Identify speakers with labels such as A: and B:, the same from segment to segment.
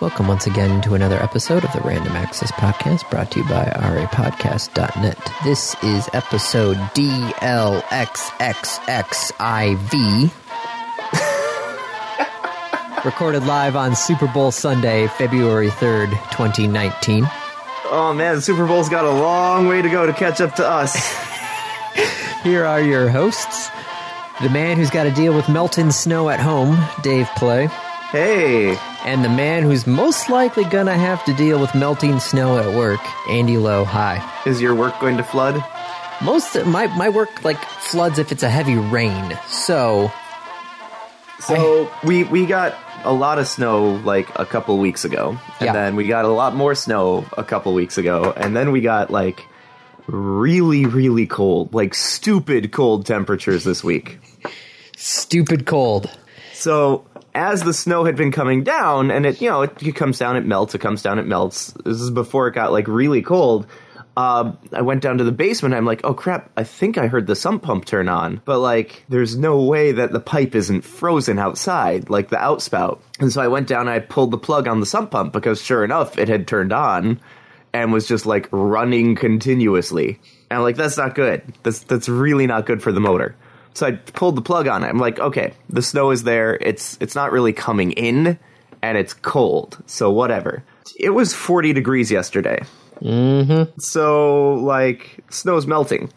A: Welcome once again to another episode of the Random Access Podcast brought to you by rapodcast.net. This is episode DLXXXIV. Recorded live on Super Bowl Sunday, February 3rd, 2019.
B: Oh man, the Super Bowl's got a long way to go to catch up to us.
A: Here are your hosts the man who's got to deal with melting snow at home, Dave Play.
B: hey,
A: And the man who's most likely gonna have to deal with melting snow at work, Andy Lowe. Hi.
B: is your work going to flood?
A: Most of my my work like floods if it's a heavy rain. So
B: So we we got a lot of snow like a couple weeks ago, and
A: Yeah.
B: then we got a lot more snow a couple weeks ago, and then we got like really really cold, like stupid cold temperatures this week.
A: stupid cold.
B: So as the snow had been coming down, and it you know it, it comes down, it melts, it comes down, it melts. This is before it got like really cold. Um, I went down to the basement. I'm like, oh crap! I think I heard the sump pump turn on, but like, there's no way that the pipe isn't frozen outside, like the outspout. And so I went down. and I pulled the plug on the sump pump because sure enough, it had turned on and was just like running continuously. And I'm like, that's not good. That's that's really not good for the motor. So I pulled the plug on it. I'm like, okay, the snow is there. It's it's not really coming in, and it's cold. So whatever. It was 40 degrees yesterday. Mm-hmm. So like, snow's melting.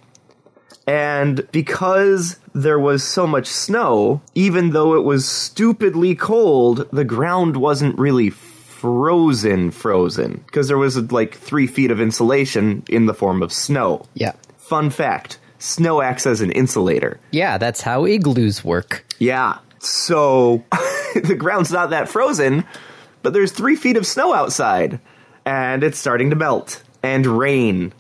B: And because there was so much snow, even though it was stupidly cold, the ground wasn't really frozen frozen because there was like three feet of insulation in the form of snow.
A: Yeah.
B: Fun fact snow acts as an insulator.
A: Yeah, that's how igloos work.
B: Yeah. So the ground's not that frozen, but there's three feet of snow outside, and it's starting to melt and rain.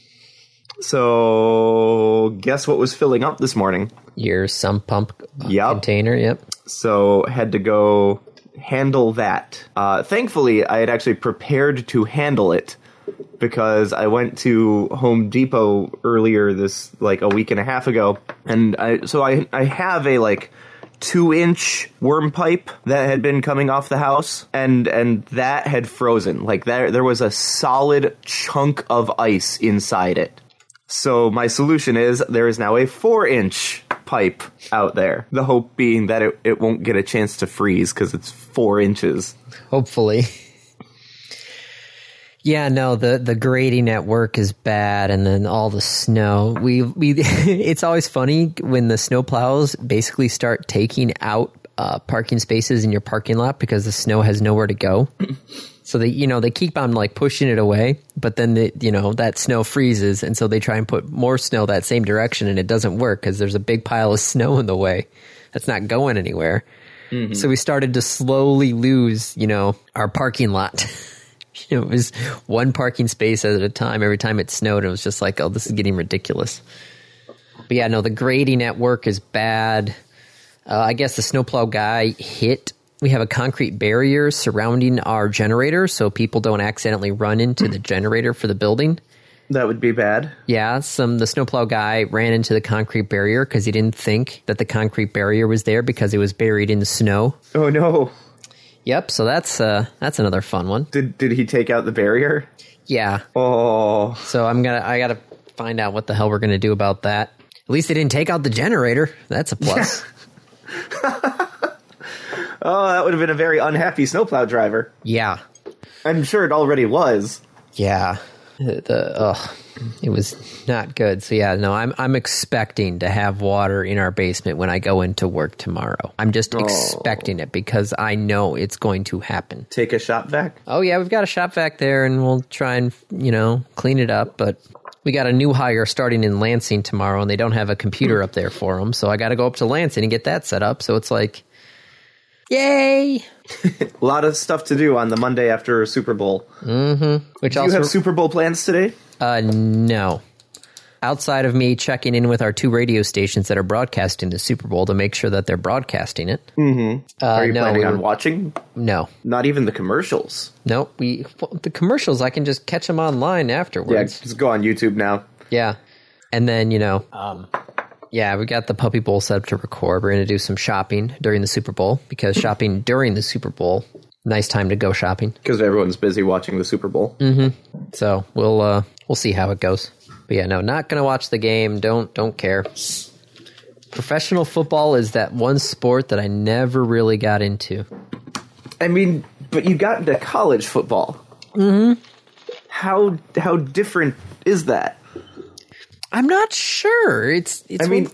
B: So guess what was filling up this morning?
A: Your sump pump uh,
B: Yup.
A: container, yep.
B: so had to go handle that. Uh, thankfully, I had actually prepared to handle it because I went to Home Depot earlier this like a week and a half ago, and I so I I have a like two inch worm pipe that had been coming off the house and and that had frozen like there there was a solid chunk of ice inside it so my solution is there is now a four inch pipe out there. The hope being that it, it won't get a chance to freeze because it's four inches.
A: Hopefully. Yeah, no, the, the grading at work is bad and then all the snow. We we it's always funny when the snow plows basically start taking out uh, parking spaces in your parking lot because the snow has nowhere to go. so they you know, they keep on like pushing it away, but then the you know, that snow freezes and so they try and put more snow that same direction and it doesn't work cuz there's a big pile of snow in the way. That's not going anywhere. So we started to slowly lose, you know, our parking lot. you know, it was one parking space at a time. Every time it snowed, it was just like, oh, this is getting ridiculous. But yeah, no, the grading at work is bad. Uh, I guess the snowplow guy hit. We have a concrete barrier surrounding our generator so people don't accidentally run into the generator for the building.
B: That would be bad.
A: Yeah, some the snowplow guy ran into the concrete barrier because he didn't think that the concrete barrier was there because it was buried in snow.
B: Oh no.
A: Yep, so that's uh that's another fun one.
B: Did did he take out the barrier?
A: Yeah.
B: Oh
A: So I'm gonna I gotta find out what the hell we're gonna do about that. At least they didn't take out the generator. That's a plus.
B: oh that would have been a very unhappy snowplow driver.
A: yeah.
B: I'm sure it already was.
A: Yeah. The the- ugh, it was not good. So yeah, no, I'm I'm expecting to have water in our basement when I go into work tomorrow. I'm just expecting it because I know it's going to happen.
B: Take a shop vac.
A: Oh yeah, we've got a shop vac there, and we'll try and you know clean it up. But we got a new hire starting in Lansing tomorrow, and they don't have a computer up there for them, so I got to go up to Lansing and get that set up. So it's like, yay!
B: A lot of stuff to do on the Monday after Super Bowl.
A: Which
B: Do you
A: also,
B: have Super Bowl plans today?
A: uh, no. Outside of me checking in with our two radio stations that are broadcasting the Super Bowl to make sure that they're broadcasting it. Mm-hmm. Uh,
B: Are you
A: no,
B: planning
A: we
B: on
A: were-
B: watching?
A: No,
B: Not even the commercials.
A: no. We well, the commercials I can just catch them online
B: Yeah,
A: afterwards.
B: just go on YouTube now.
A: Yeah. And then, you know, yeah, we got the Puppy Bowl set up to record. We're going to do some shopping during the Super Bowl because shopping during the Super Bowl nice time to go shopping.
B: because everyone's busy watching the Super Bowl.
A: So we'll uh, we'll see how it goes. But yeah, no, not gonna watch the game. Don't don't care. Professional football is that one sport that I never really got into.
B: I mean, but you got into college football. Mm-hmm. How how different is that?
A: I'm not sure. It's it's
B: I mean,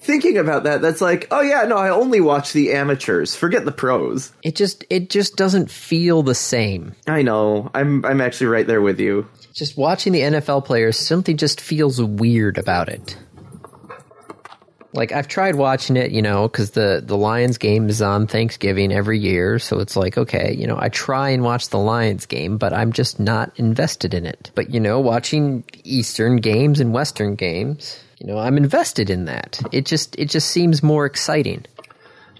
B: thinking about that, that's like, oh yeah, no, I only watch the amateurs. Forget the pros.
A: it just it just doesn't feel the same.
B: I know. I'm I'm actually right there with you.
A: Just watching the NFL players, something just feels weird about it. Like I've tried watching it, you know, because the the Lions game is on Thanksgiving every year, so it's like okay, you know, I try and watch the Lions game, but I'm just not invested in it. But you know, watching Eastern games and Western games, you know, I'm invested in that. It just it just seems more exciting.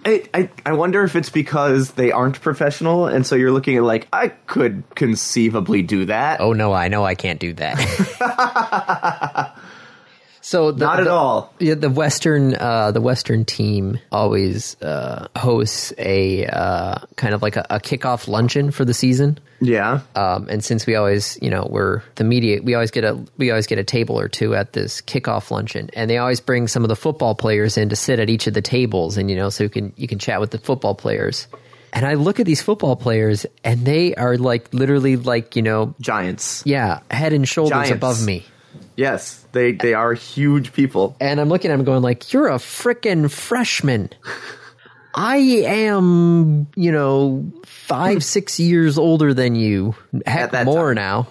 B: I, I I wonder if it's because they aren't professional, and so you're looking at like I could conceivably do that.
A: Oh no, I know I can't do that. so the,
B: Not at
A: the-
B: all.
A: Yeah, the western uh, the western team always uh, hosts a uh, kind of like a, a kickoff luncheon for the season.
B: Yeah.
A: Um, and since we always, you know, we're the media, we always get a we always get a table or two at this kickoff luncheon, and they always bring some of the football players in to sit at each of the tables, and you know, so you can you can chat with the football players. And I look at these football players, and they are like literally like you know,
B: Giants.
A: yeah, head and shoulders
B: Giants.
A: above me.
B: Yes, they they are huge people.
A: and I'm looking at him going like, "You're a frickin' freshman. I am, you know, five, six years older than you. Heck,
B: At that
A: more now.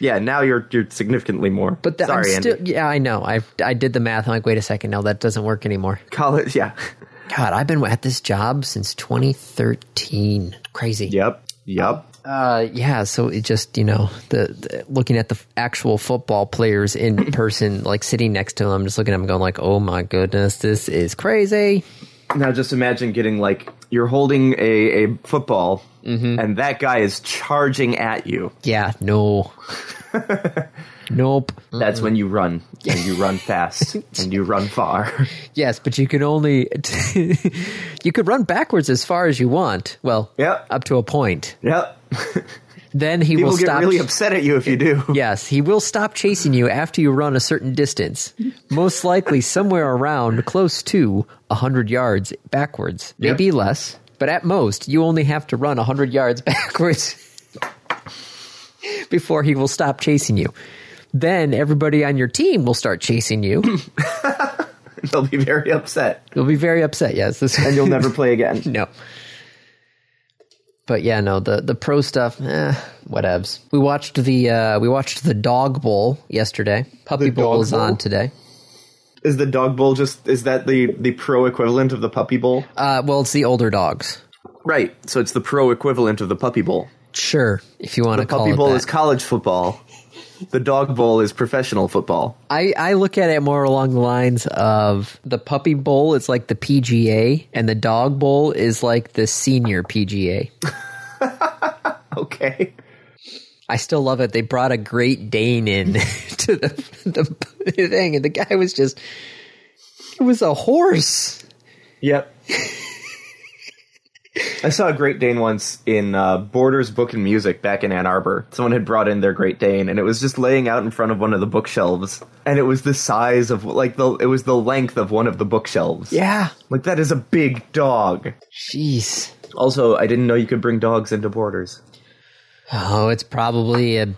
B: Yeah, now you're you're significantly more.
A: But the,
B: sorry,
A: I'm still,
B: Andy.
A: yeah, I know. I I did the math. I'm like, wait a second, no, that doesn't work anymore.
B: College. Yeah.
A: God, I've been at this job since 2013. Crazy.
B: Yep. Yep.
A: Uh, yeah. So it just, you know, the, the looking at the f- actual football players in person, like sitting next to them, I'm just looking at them going like, oh my goodness, this is crazy.
B: Now just imagine getting like you're holding a, a football and that guy is charging at you.
A: Yeah, no. nope.
B: That's when you run. And you run fast and you run far.
A: Yes, but you can only you could run backwards as far as you want. Well,
B: Yep.
A: up to a point.
B: Yep.
A: Then he
B: People
A: will
B: get
A: stop.
B: really upset at you if you do.
A: yes, he will stop chasing you after you run a certain distance. Most likely somewhere around close to 100 yards backwards,
B: Yep.
A: maybe less, but at most you only have to run 100 yards backwards before he will stop chasing you. Then everybody on your team will start chasing you.
B: They'll be very upset.
A: You'll be very upset. Yes, this
B: And you'll never play again.
A: no. But yeah, no the the pro stuff. Eh, whatevs. We watched the uh, we watched the Dog Bowl yesterday. Puppy
B: The
A: Bowl
B: Dog
A: is on
B: Bowl?
A: today.
B: Is the dog bowl just is that the, the pro equivalent of the puppy bowl?
A: Uh, well, it's the older dogs.
B: Right. So it's the pro equivalent of the puppy bowl.
A: Sure, if you want to call
B: Puppy
A: it
B: bowl
A: that.
B: is college football. The dog bowl is professional football.
A: I I look at it more along the lines of the Puppy Bowl is like the PGA, and the Dog Bowl is like the senior PGA.
B: Okay.
A: I still love it. They brought a Great Dane in to the, the thing, and the guy was just. It was a horse.
B: Yep. I saw a Great Dane once in uh, Borders Book and Music back in Ann Arbor. Someone had brought in their Great Dane, and it was just laying out in front of one of the bookshelves, and it was the size of like the it was the length of one of the bookshelves.
A: Yeah.
B: like that is a big dog.
A: Jeez.
B: Also, I didn't know you could bring dogs into Borders.
A: Oh, it's probably a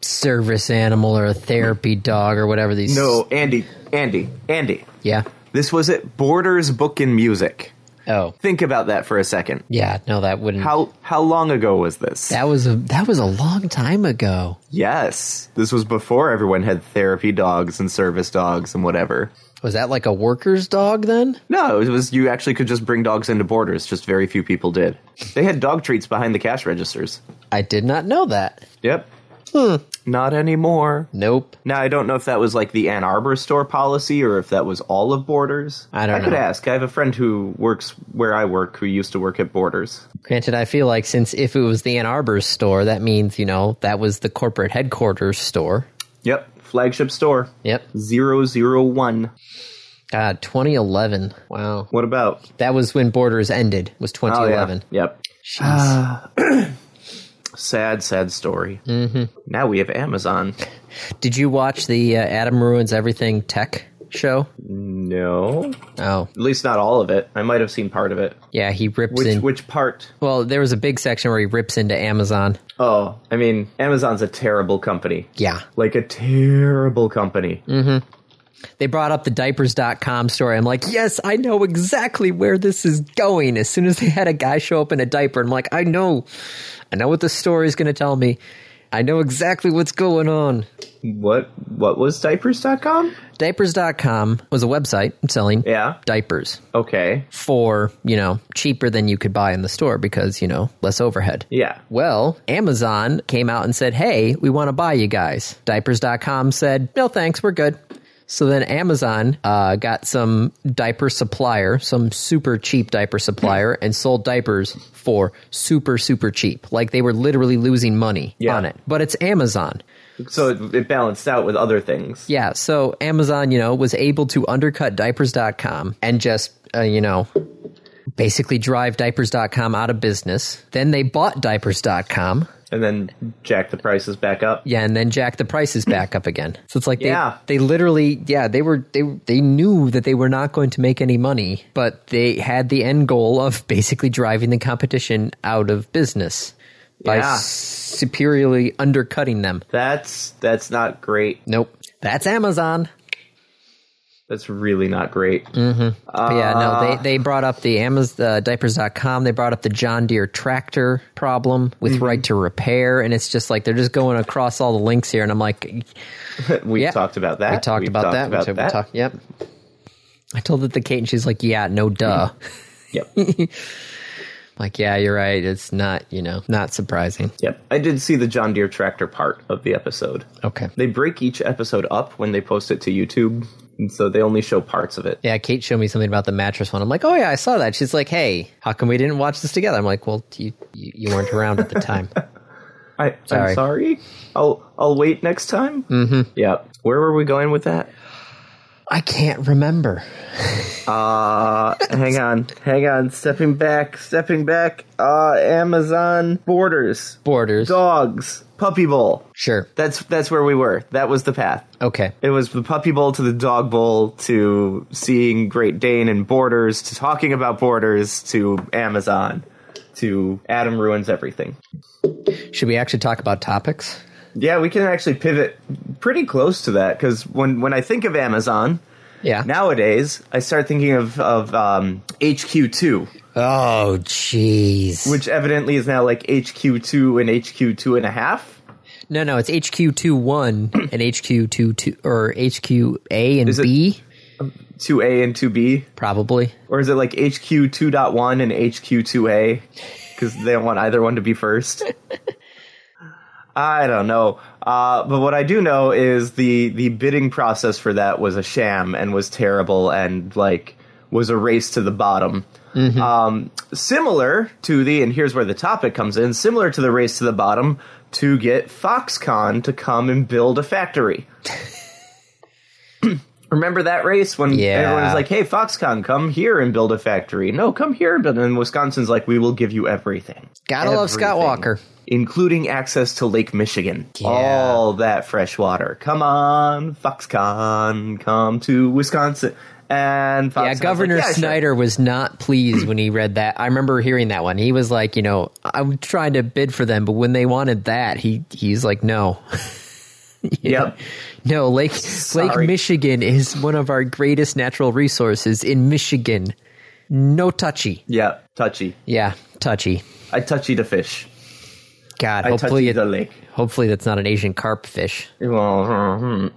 A: service animal or a therapy dog or whatever these.
B: No, Andy, Andy, Andy.
A: Yeah.
B: This was at Borders Book and Music.
A: Oh.
B: Think about that for a second.
A: Yeah. No, that wouldn't.
B: How how long ago was this?
A: that was a that was a long time ago.
B: Yes. This was before everyone had therapy dogs and service dogs and whatever.
A: Was that like a worker's dog then?
B: No, it was you actually could just bring dogs into borders, just very few people did. They had dog treats behind the cash registers.
A: I did not know that.
B: Yep. Not anymore.
A: Nope.
B: Now I don't know if that was like the Ann Arbor store policy or if that was all of Borders.
A: I don't
B: I could
A: know.
B: ask. I have a friend who works where I work who used to work at Borders.
A: Granted, I feel like since if it was the Ann Arbor store, that means you know that was the corporate headquarters store.
B: Yep, flagship store.
A: Yep. Uh,
B: Zero zero one.
A: God, 2011. Wow.
B: What about?
A: That was when Borders ended. Was
B: Oh, yeah. Ah.
A: 2011.
B: Yep.
A: Jeez.
B: Sad, sad story. Mm-hmm. Now we have Amazon.
A: Did you watch the uh, Adam Ruins Everything tech show?
B: No,
A: Oh,
B: at least not all of it. I might have seen part of it.
A: yeah. He rips
B: Which
A: in.
B: which part?
A: well, there was a big section where he rips into Amazon.
B: Oh, I mean, Amazon's a terrible company.
A: Yeah.
B: Like a terrible company.
A: Mm. They brought up the diapers.com story. I'm like, yes, I know exactly where this is going. As soon as they had a guy show up in a diaper, I'm like, I know. I know what the story's going to tell me. I know exactly what's going on.
B: What what was diapers.com?
A: Diapers.com was a website selling
B: Yeah.
A: diapers
B: Okay.
A: for, you know, cheaper than you could buy in the store because, you know, less overhead.
B: Yeah.
A: Well, Amazon came out and said, hey, we want to buy you guys. Diapers.com said, no thanks, we're good. So then Amazon uh, got some diaper supplier, some super cheap diaper supplier, and sold diapers for super, super cheap. Like they were literally losing money
B: Yeah.
A: on it. But it's Amazon.
B: So it, it balanced out with other things.
A: Yeah, so Amazon, you know, was able to undercut diapers.com and just, uh, you know, basically drive diapers.com out of business. Then they bought diapers.com.
B: And then jack the prices back up.
A: Yeah, and then jack the prices back up again. So it's like they
B: Yeah.
A: they literally yeah, they were they they knew that they were not going to make any money, but they had the end goal of basically driving the competition out of business by
B: Yeah.
A: superiorly undercutting them.
B: That's that's not great.
A: Nope. That's Amazon.
B: That's really not great.
A: Mm. But yeah, no,
B: Uh.
A: they, they brought up the Amazon uh, diapers.com. They brought up the John Deere tractor problem with
B: Mm-hmm.
A: right to repair. And it's just like they're just going across all the links here. And I'm like,
B: We
A: Yeah.
B: have talked about that.
A: We talked
B: We've
A: about that. we talked- we talked- yep. I told it to Kate, and she's like, "Yeah, no, duh."
B: Yep.
A: like, yeah, you're right. It's not, you know, not surprising.
B: Yep. I did see the John Deere tractor part of the episode.
A: Okay.
B: They break each episode up when they post it to YouTube, and so they only show parts of it.
A: Yeah, Kate showed me something about the mattress one. I'm like, "Oh yeah, I saw that." She's like, "Hey, how come we didn't watch this together?" I'm like, "Well, you you, you weren't around at the time."
B: I,
A: Sorry.
B: I'm sorry. I'll I'll wait next time. Mm-hmm. Yeah. Where were we going with that?
A: I can't remember.
B: Uh, hang on, hang on. Stepping back, stepping back. Uh, Amazon borders,
A: Borders.
B: dogs, puppy bowl.
A: Sure.
B: That's that's where we were. That was the path.
A: Okay.
B: It was the puppy bowl to the dog bowl to seeing Great Dane and Borders to talking about Borders to Amazon to Adam ruins everything.
A: Should we actually talk about topics?
B: Yeah, we can actually pivot pretty close to that because when when I think of Amazon
A: Yeah.
B: nowadays, I start thinking of of um, HQ two,
A: oh, jeez.
B: which evidently is now like HQ two and HQ two and a half.
A: No, no, it's HQ two one and HQ two two or HQ A and
B: it-
A: B
B: Two A and two B,
A: probably.
B: or is it like HQ two point one and HQ two A? Because they don't want either one to be first. I don't know, uh, but what I do know is the the bidding process for that was a sham and was terrible and like was a race to the bottom. Um, similar to the and here's where the topic comes in. Similar to the race to the bottom to get Foxconn to come and build a factory. Remember that race when
A: Yeah.
B: everyone was like, "Hey, Foxconn, come here and build a factory." No, come here, but then Wisconsin's like, "We will give you everything."
A: Gotta love Scott
B: Everything.
A: Walker.
B: Including access to Lake Michigan.
A: Yeah.
B: All that fresh water. Come on, Foxconn, come to Wisconsin. And Foxconn's
A: Yeah,
B: like,
A: Governor
B: sure."
A: Snyder was not pleased when he read that. I remember hearing that one. He was like, you know, I'm trying to bid for them, but when they wanted that, he he's like, no,
B: Yep.
A: no, Lake Lake
B: Sorry.
A: Michigan is one of our greatest natural resources in Michigan. No touchy.
B: Yeah, touchy.
A: Yeah, touchy.
B: I touchy the fish.
A: God,
B: I
A: hopefully,
B: touchy the
A: it,
B: lake.
A: hopefully that's not an Asian carp fish.
B: Well,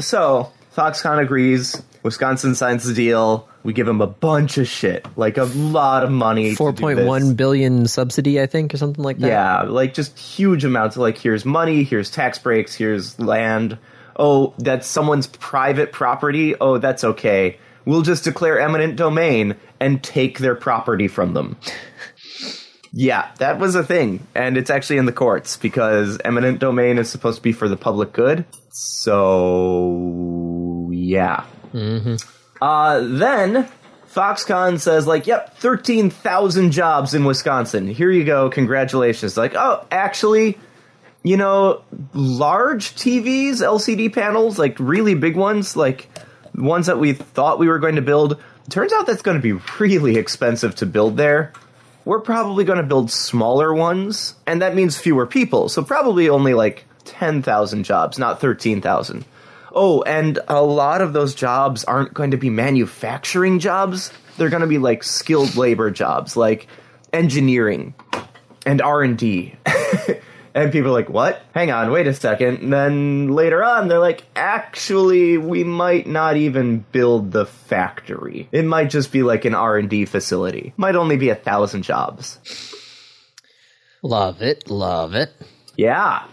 B: so Foxconn agrees. Wisconsin signs the deal. We give him a bunch of shit, like a lot of money. to do
A: four point
B: this.
A: one billion subsidy, I think, or something like that.
B: Yeah, like just huge amounts. of Like here's money, here's tax breaks, here's land. Oh, that's someone's private property. Oh, that's okay. We'll just declare eminent domain and take their property from them. yeah, that was a thing, and it's actually in the courts because eminent domain is supposed to be for the public good. So yeah. Uh, then Foxconn says, like, yep, 13,000 jobs in Wisconsin. Here you go. Congratulations. Like, oh, actually, you know, large TVs, LCD panels, like really big ones, like ones that we thought we were going to build, turns out that's going to be really expensive to build there. We're probably going to build smaller ones, and that means fewer people. So probably only like 10,000 jobs, not 13,000. Oh, and a lot of those jobs aren't going to be manufacturing jobs. They're going to be like skilled labor jobs, like engineering and R&D. and people are like, "What? Hang on, wait a second. And then later on, they're like, "Actually, we might not even build the factory. It might just be like an R and D facility. Might only be a thousand jobs."
A: Love it, love it.
B: Yeah.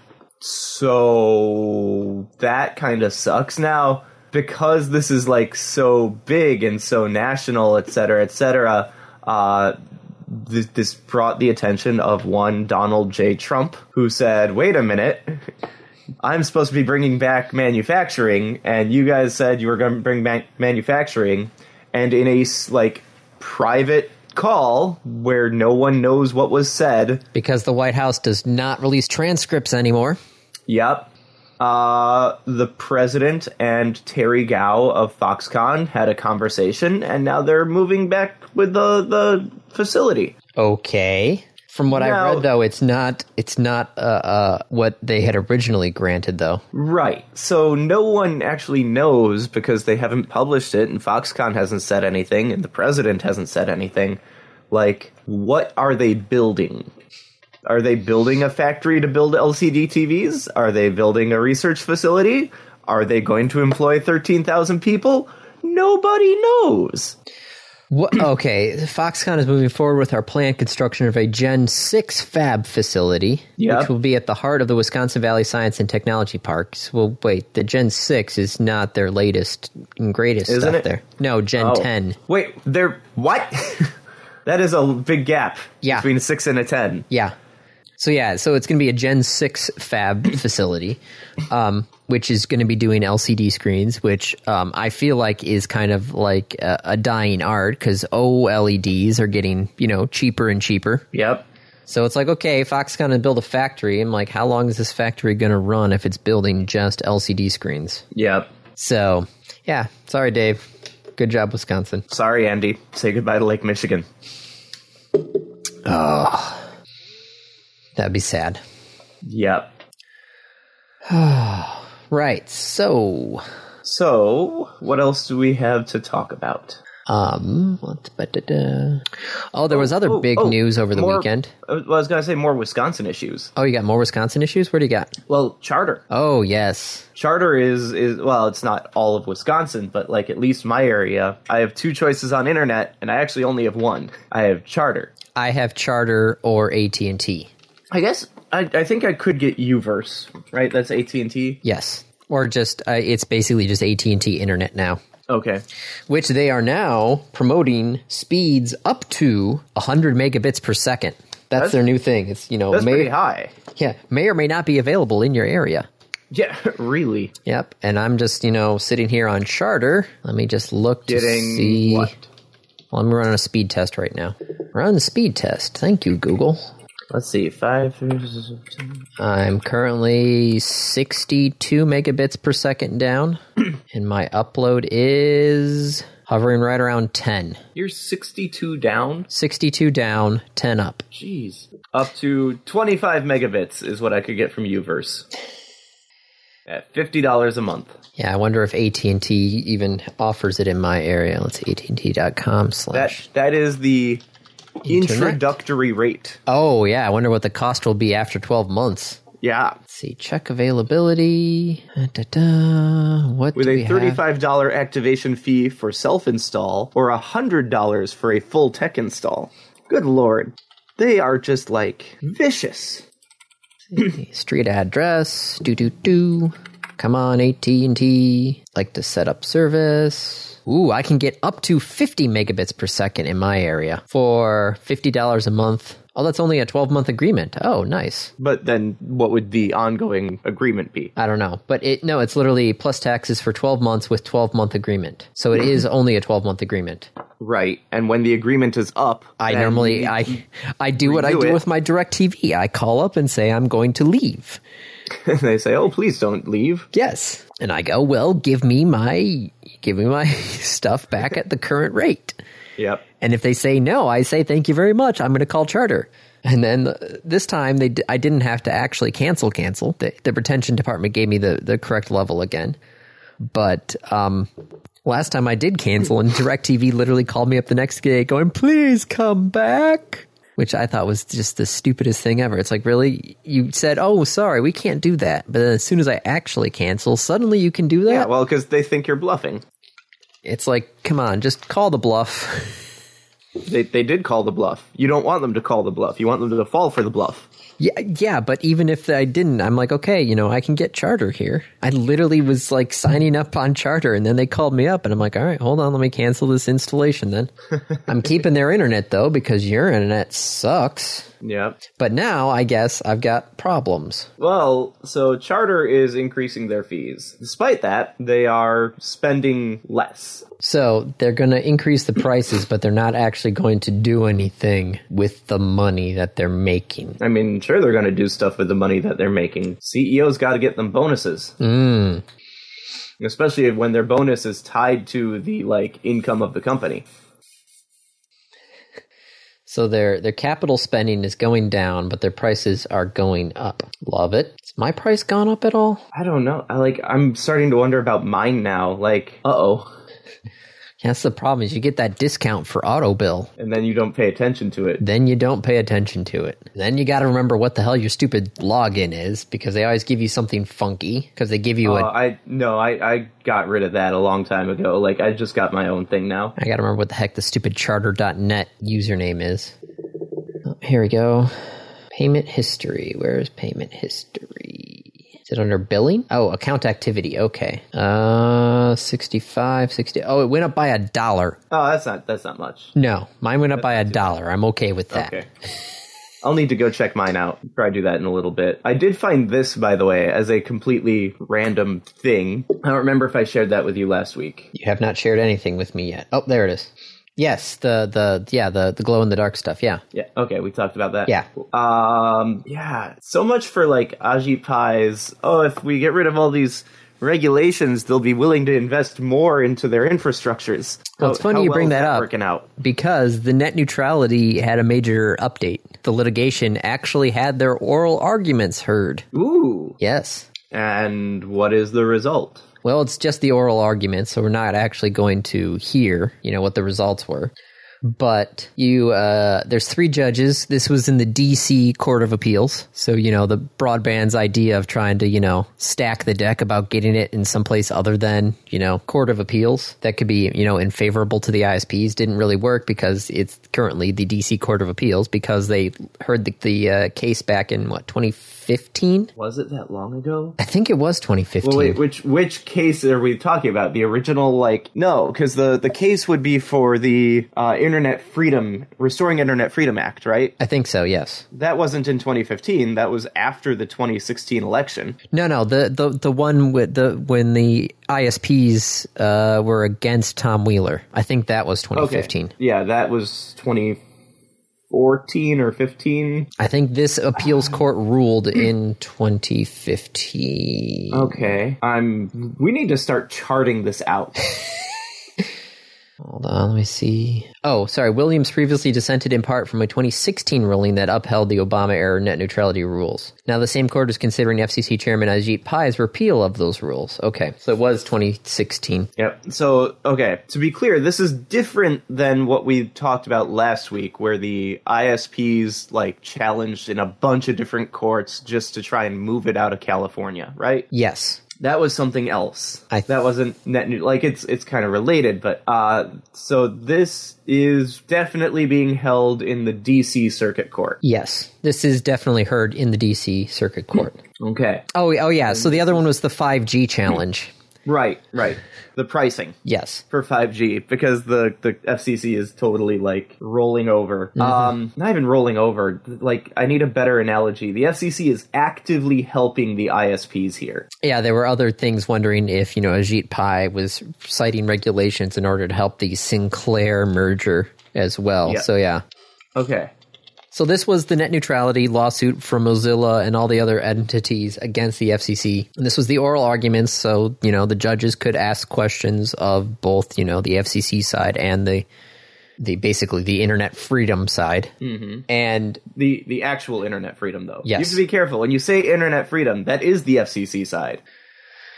B: So that kind of sucks now because this is like so big and so national, et cetera, et cetera. Uh, this, this brought the attention of one Donald J. Trump, who said, "Wait a minute, I'm supposed to be bringing back manufacturing, and you guys said you were going to bring back manufacturing." And in a s- like private call where no one knows what was said,
A: Because the White House does not release transcripts anymore.
B: Yep. Uh, the president and Terry Gao of Foxconn had a conversation, and now they're moving back with the the facility.
A: Okay. From what
B: No.
A: I read, though, it's not it's not uh, uh, what they had originally granted, though.
B: Right. So no one actually knows because they haven't published it, and Foxconn hasn't said anything, and the president hasn't said anything. Like, what are they building? Are they building a factory to build LCD TVs? Are they building a research facility? Are they going to employ 13,000 people? Nobody knows.
A: What, okay, Foxconn is moving forward with our planned construction of a Gen 6 fab facility,
B: Yeah.
A: which will be at the heart of the Wisconsin Valley Science and Technology Parks. Well, wait, the Gen 6 is not their latest and greatest
B: Isn't
A: stuff
B: it?
A: there. No, Gen
B: Oh.
A: 10.
B: Wait, they're what? that is a big gap
A: Yeah.
B: between a six and a ten.
A: Yeah. So yeah, so it's going to be a Gen six fab facility, um, which is going to be doing LCD screens, which um, I feel like is kind of like a, a dying art because OLEDs E are getting you know cheaper and cheaper.
B: Yep.
A: So it's like okay, Foxconn to build a factory. I'm like, how long is this factory going to run if it's building just LCD screens?
B: Yep.
A: So yeah, sorry, Dave. Good job, Wisconsin.
B: Sorry, Andy. Say goodbye to Lake Michigan.
A: That'd be sad.
B: Yep.
A: Right. So
B: So, what else do we have to talk about?
A: Um, what, but, uh, oh, there was other
B: Oh,
A: big
B: oh,
A: news over the
B: more-
A: weekend.
B: uh, Well, I was going to say more Wisconsin issues.
A: Oh, you got more Wisconsin issues? What do you got?
B: Well, charter.
A: Oh, yes.
B: Charter is is well, it's not all of Wisconsin, but like at least my area, I have two choices on internet, and I actually only have one. I have charter.
A: I have Charter or AT&T.
B: I guess I, I think I could get Uverse, right? That's AT and T.
A: Yes. Or just, uh, it's basically just AT&T internet now,
B: Okay.
A: which they are now promoting speeds up to 100 megabits per second. That's,
B: That's-
A: their new thing. It's, you know,
B: That's
A: may,
B: pretty high.
A: yeah, may or may not be available in your area.
B: Yeah, really.
A: Yep. And I'm just, you know, sitting here on Charter. Let me just look to
B: Getting
A: see.
B: what?
A: Well, I'm running a speed test right now. Run speed test. Thank you, Google.
B: Let's see, five.
A: I'm currently 62 megabits per second down, and my upload is hovering right around 10.
B: You're sixty-two down.
A: 62 down, 10 up.
B: Jeez. Up to twenty-five megabits is what I could get from Uverse. At fifty dollars a month.
A: Yeah, I wonder if AT&T even offers it in my area. Let's see, AT&T.com
B: That
A: slash.
B: that is the
A: Internet?
B: introductory rate.
A: Oh, yeah, I wonder what the cost will be after 12 months.
B: Yeah,
A: Let's see, check availability. Da, da, da. What
B: with
A: do we
B: a
A: have?
B: thirty-five dollar activation fee for self-install or hundred dollars for a full tech install. Good lord, they are just like
A: Hmm?
B: vicious.
A: street address do do do come on at&t like to set up service ooh i can get up to 50 megabits per second in my area for $50 a month oh that's only a 12 month agreement oh nice
B: But then, what would the ongoing agreement be?
A: i don't know but it no it's literally plus taxes for 12 months with 12 month agreement so it is only a 12 month agreement
B: Right. And when the agreement is up,
A: I
B: then
A: normally
B: you-
A: I I do what I
B: renew
A: do
B: it.
A: with my direct TV. I call up and say I'm going to leave.
B: they say, "Oh, please don't leave."
A: Yes. And I go, "Well, give me my give me my stuff back at the current rate."
B: Yep.
A: And if they say no, I say thank you very much. I'm going to call Charter. And then uh, this time they d- I didn't have to actually cancel cancel. The, the retention department gave me the the correct level again. But um last time I did cancel and DirecTV literally called me up the next day going, "Please come back." Which I thought was just the stupidest thing ever. It's like, really? You said, oh, sorry, we can't do that. But then as soon as I actually cancel, suddenly you can do that?
B: Yeah, well, because they think you're bluffing.
A: it's like, come on, just call the bluff.
B: They they did call the bluff. You don't want them to call the bluff. You want them to fall for the bluff.
A: Yeah, yeah, but even if I didn't, I'm like, okay, you know, I can get charter here. I literally was like signing up on charter, and then they called me up, and I'm like, all right, hold on, let me cancel this installation. Then I'm keeping their internet though because your internet sucks.
B: Yep.
A: But now I guess I've got problems.
B: Well, so Charter is increasing their fees. Despite that, they are spending less.
A: So they're going to increase the prices, but they're not actually going to do anything with the money that they're making.
B: I mean, sure, they're going to do stuff with the money that they're making. CEOs got to get them bonuses. Mm. Especially when their bonus is tied to the like income of the company.
A: So their their capital spending is going down, but their prices are going up. Love it. Has my price gone up at all?
B: I don't know. I like. I'm starting to wonder about mine now. Like, uh oh,
A: That's the problem is you get that discount for auto bill,
B: and then you don't pay attention to it.
A: then you don't pay attention to it. Then you got to remember what the hell your stupid login is because they always give you something funky because they give you
B: Uh,
A: a
B: I no. I I got rid of that a long time ago. Like, I just got my own thing now.
A: I got to remember what the heck the stupid charter.net username is. Oh, here we go. Payment history. Where is payment history? Is it under billing? Oh, account activity. Okay. Uh 65 60. Oh, it went up by a dollar.
B: Oh, that's not that's not much.
A: No, mine went up by a dollar. I'm okay with that.
B: Okay. I'll need to go check mine out. Probably do that in a little bit. I did find this, by the way, as a completely random thing. I don't remember if I shared that with you last week.
A: You have not shared anything with me yet. Oh, there it is. Yes, the the yeah the the glow in the dark stuff. Yeah,
B: Yeah. Okay, we talked about that.
A: Yeah.
B: Um. Yeah. So much for like Ajit Pai's. Oh, if we get rid of all these regulations, they'll be willing to invest more into their infrastructures.
A: Well, it's funny you bring
B: is
A: that up.
B: Working out.
A: because the net neutrality had a major update. The litigation actually had their oral arguments heard.
B: Ooh.
A: Yes.
B: And what is the result?
A: Well, it's just the oral argument, so we're not actually going to hear, you know, what the results were. But you, uh, there's three judges. This was in the D.C. Court of Appeals, so you know the broadband's idea of trying to, you know, stack the deck about getting it in someplace other than, you know, Court of Appeals that could be, you know, in favorable to the ISPs didn't really work because it's currently the D.C. Court of Appeals because they heard the, the uh, case back in what 2015.
B: Was it that long ago?
A: I think it was 2015.
B: Well, wait, which which case are we talking about? The original, like no, because the the case would be for the uh, Internet Freedom Restoring Internet Freedom Act, right?
A: I think so. Yes.
B: That wasn't in 2015. That was after the 2016 election.
A: No, no, the the the one with the when the ISPs uh, were against Tom Wheeler. I think that was 2015.
B: Yeah, that was 2014 or 15.
A: I think this appeals court ruled in 2015.
B: Okay, I'm. We need to start charting this out.
A: Hold on, let me see. Oh, sorry. Williams previously dissented in part from a 2016 ruling that upheld the Obama era net neutrality rules. Now, the same court is considering FCC Chairman Ajit Pai's repeal of those rules. Okay, so it was 2016.
B: Yep. So, okay, to be clear, this is different than what we talked about last week where the ISPs like challenged in a bunch of different courts just to try and move it out of California, right?
A: Yes.
B: That was something else.
A: I-
B: that wasn't net new like it's it's kind of related, but uh so this is definitely being held in the DC circuit court.
A: Yes. This is definitely heard in the D.C. Circuit Court.
B: Okay.
A: Oh, oh yeah. So the other one was the 5G challenge.
B: Right, right. The pricing
A: Yes.
B: for 5G because the the FCC is totally like rolling over. Um, not even rolling over. Like I need a better analogy. The FCC is actively helping the ISPs here.
A: Yeah, there were other things wondering if, you know, Ajit Pai was citing regulations in order to help the Sinclair merger as well.
B: Yeah.
A: So, yeah.
B: Okay.
A: So, this was the net neutrality lawsuit from Mozilla and all the other entities against the FCC. And this was the oral arguments. So, you know, the judges could ask questions of both, you know, the FCC side and the. The basically the internet freedom side, mm-hmm. and
B: The the actual internet freedom though. You
A: Yes.
B: have to be careful when you say internet freedom. That is the FCC side.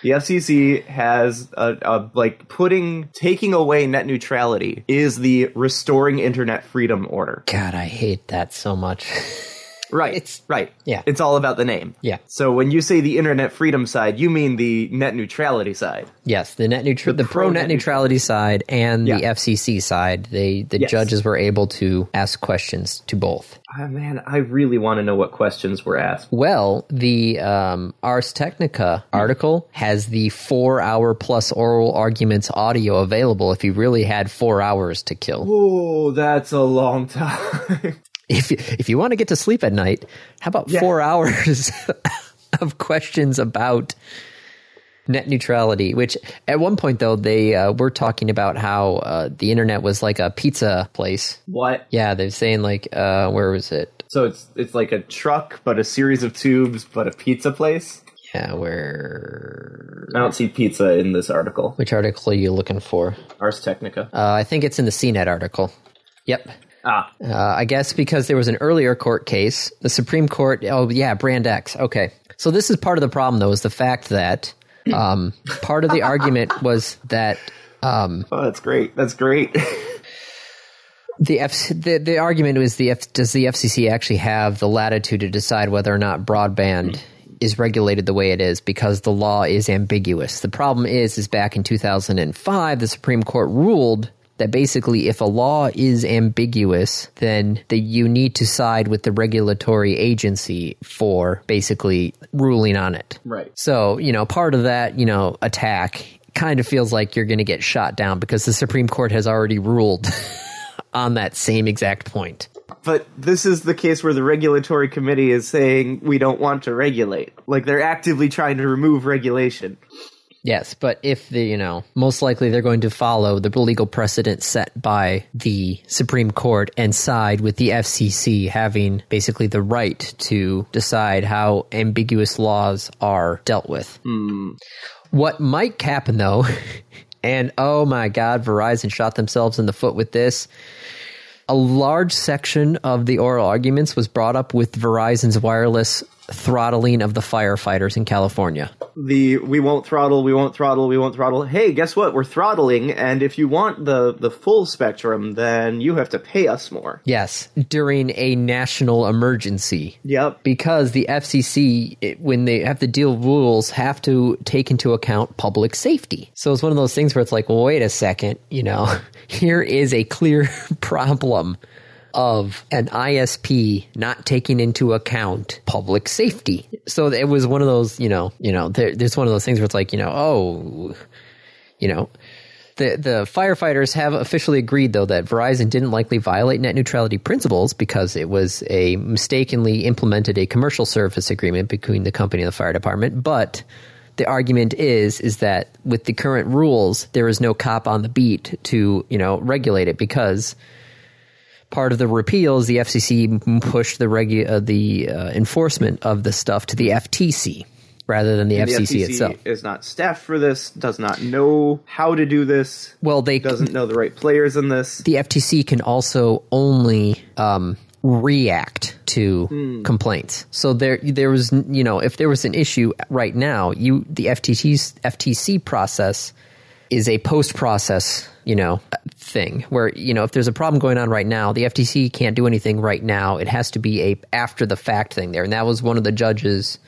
B: The FCC has a, a like putting taking away net neutrality is the restoring internet freedom order.
A: God, I hate that so much.
B: Right.
A: It's-
B: right.
A: yeah.
B: It's all about the name.
A: Yeah.
B: So when you say the internet freedom side, you mean the net neutrality side.
A: Yes, the net neutral, the, pro net
B: pro-net
A: neutrality side and the
B: Yeah.
A: FCC side, they the
B: Yes.
A: judges were able to ask questions to both.
B: Ah, man, I really want to know what questions were asked.
A: Well, the um, Ars Technica article has the four hour plus oral arguments audio available. If you really had four hours to kill,
B: Oh, that's a long time.
A: if you, if you want to get to sleep at night, how about four hours of questions about net neutrality which at one point though they uh, were talking about how uh, the internet was like a pizza place
B: what?
A: Yeah, they're saying like, uh, where was it?
B: So it's it's like a truck, but a series of tubes, but a pizza place.
A: Yeah, where?
B: I don't see pizza in this article.
A: Which article are you looking for?
B: Ars Technica.
A: Uh, I think it's in the CNET article. Yep.
B: ah,
A: Uh, I guess because there was an earlier court case, the Supreme Court. Oh yeah, Brand X. Okay. So this is part of the problem though, is the fact that um, part of the argument was that
B: oh, that's great. That's great.
A: the F- the, the argument was the F- does the FCC actually have the latitude to decide whether or not broadband is regulated the way it is because the law is ambiguous. The problem is is back in 2005 the Supreme Court ruled that basically if a law is ambiguous then that you need to side with the regulatory agency for basically ruling on it.
B: Right.
A: So, you know, part of that, you know, attack kind of feels like you're going to get shot down because the Supreme Court has already ruled on that same exact point.
B: but this is the case where the regulatory committee is saying we don't want to regulate. Like they're actively trying to remove regulation.
A: Yes, but if the, you know, most likely they're going to follow the legal precedent set by the Supreme Court and side with the FCC having basically the right to decide how ambiguous laws are dealt with. What might happen though, and oh my God, Verizon shot themselves in the foot with this. A large section of the oral arguments was brought up with Verizon's wireless throttling of the firefighters in California.
B: the we won't throttle, we won't throttle, we won't throttle. Hey, guess what? We're throttling, and if you want the the full spectrum, then you have to pay us more.
A: Yes, during a national emergency.
B: Yep.
A: Because the FCC, it- when they have to deal with rules, have to take into account public safety. So it's one of those things where it's like, well, wait a second, you know, here is a clear problem of an ISP not taking into account public safety. So it was one of those, you know, you know, there, there's one of those things where it's like, you know, oh, you know, the, the firefighters have officially agreed, though, that Verizon didn't likely violate net neutrality principles because it was a mistakenly implemented a commercial service agreement between the company and the fire department. But the argument is is that with the current rules, there is no cop on the beat to you know regulate it because part of the repeal is the FCC pushed the regu- uh, the uh, enforcement of the stuff to the FTC rather than the,
B: The
A: FCC,
B: FCC
A: itself.
B: is not staffed for this, does not know how to do this,
A: Well, they
B: doesn't know the right players in this.
A: the FTC can also only um, react to complaints. So there, there was, you know, if there was an issue right now, you the FTC's FTC process is a post process, you know, thing where you know if there's a problem going on right now, the FTC can't do anything right now. It has to be a after the fact thing there, and that was one of the judges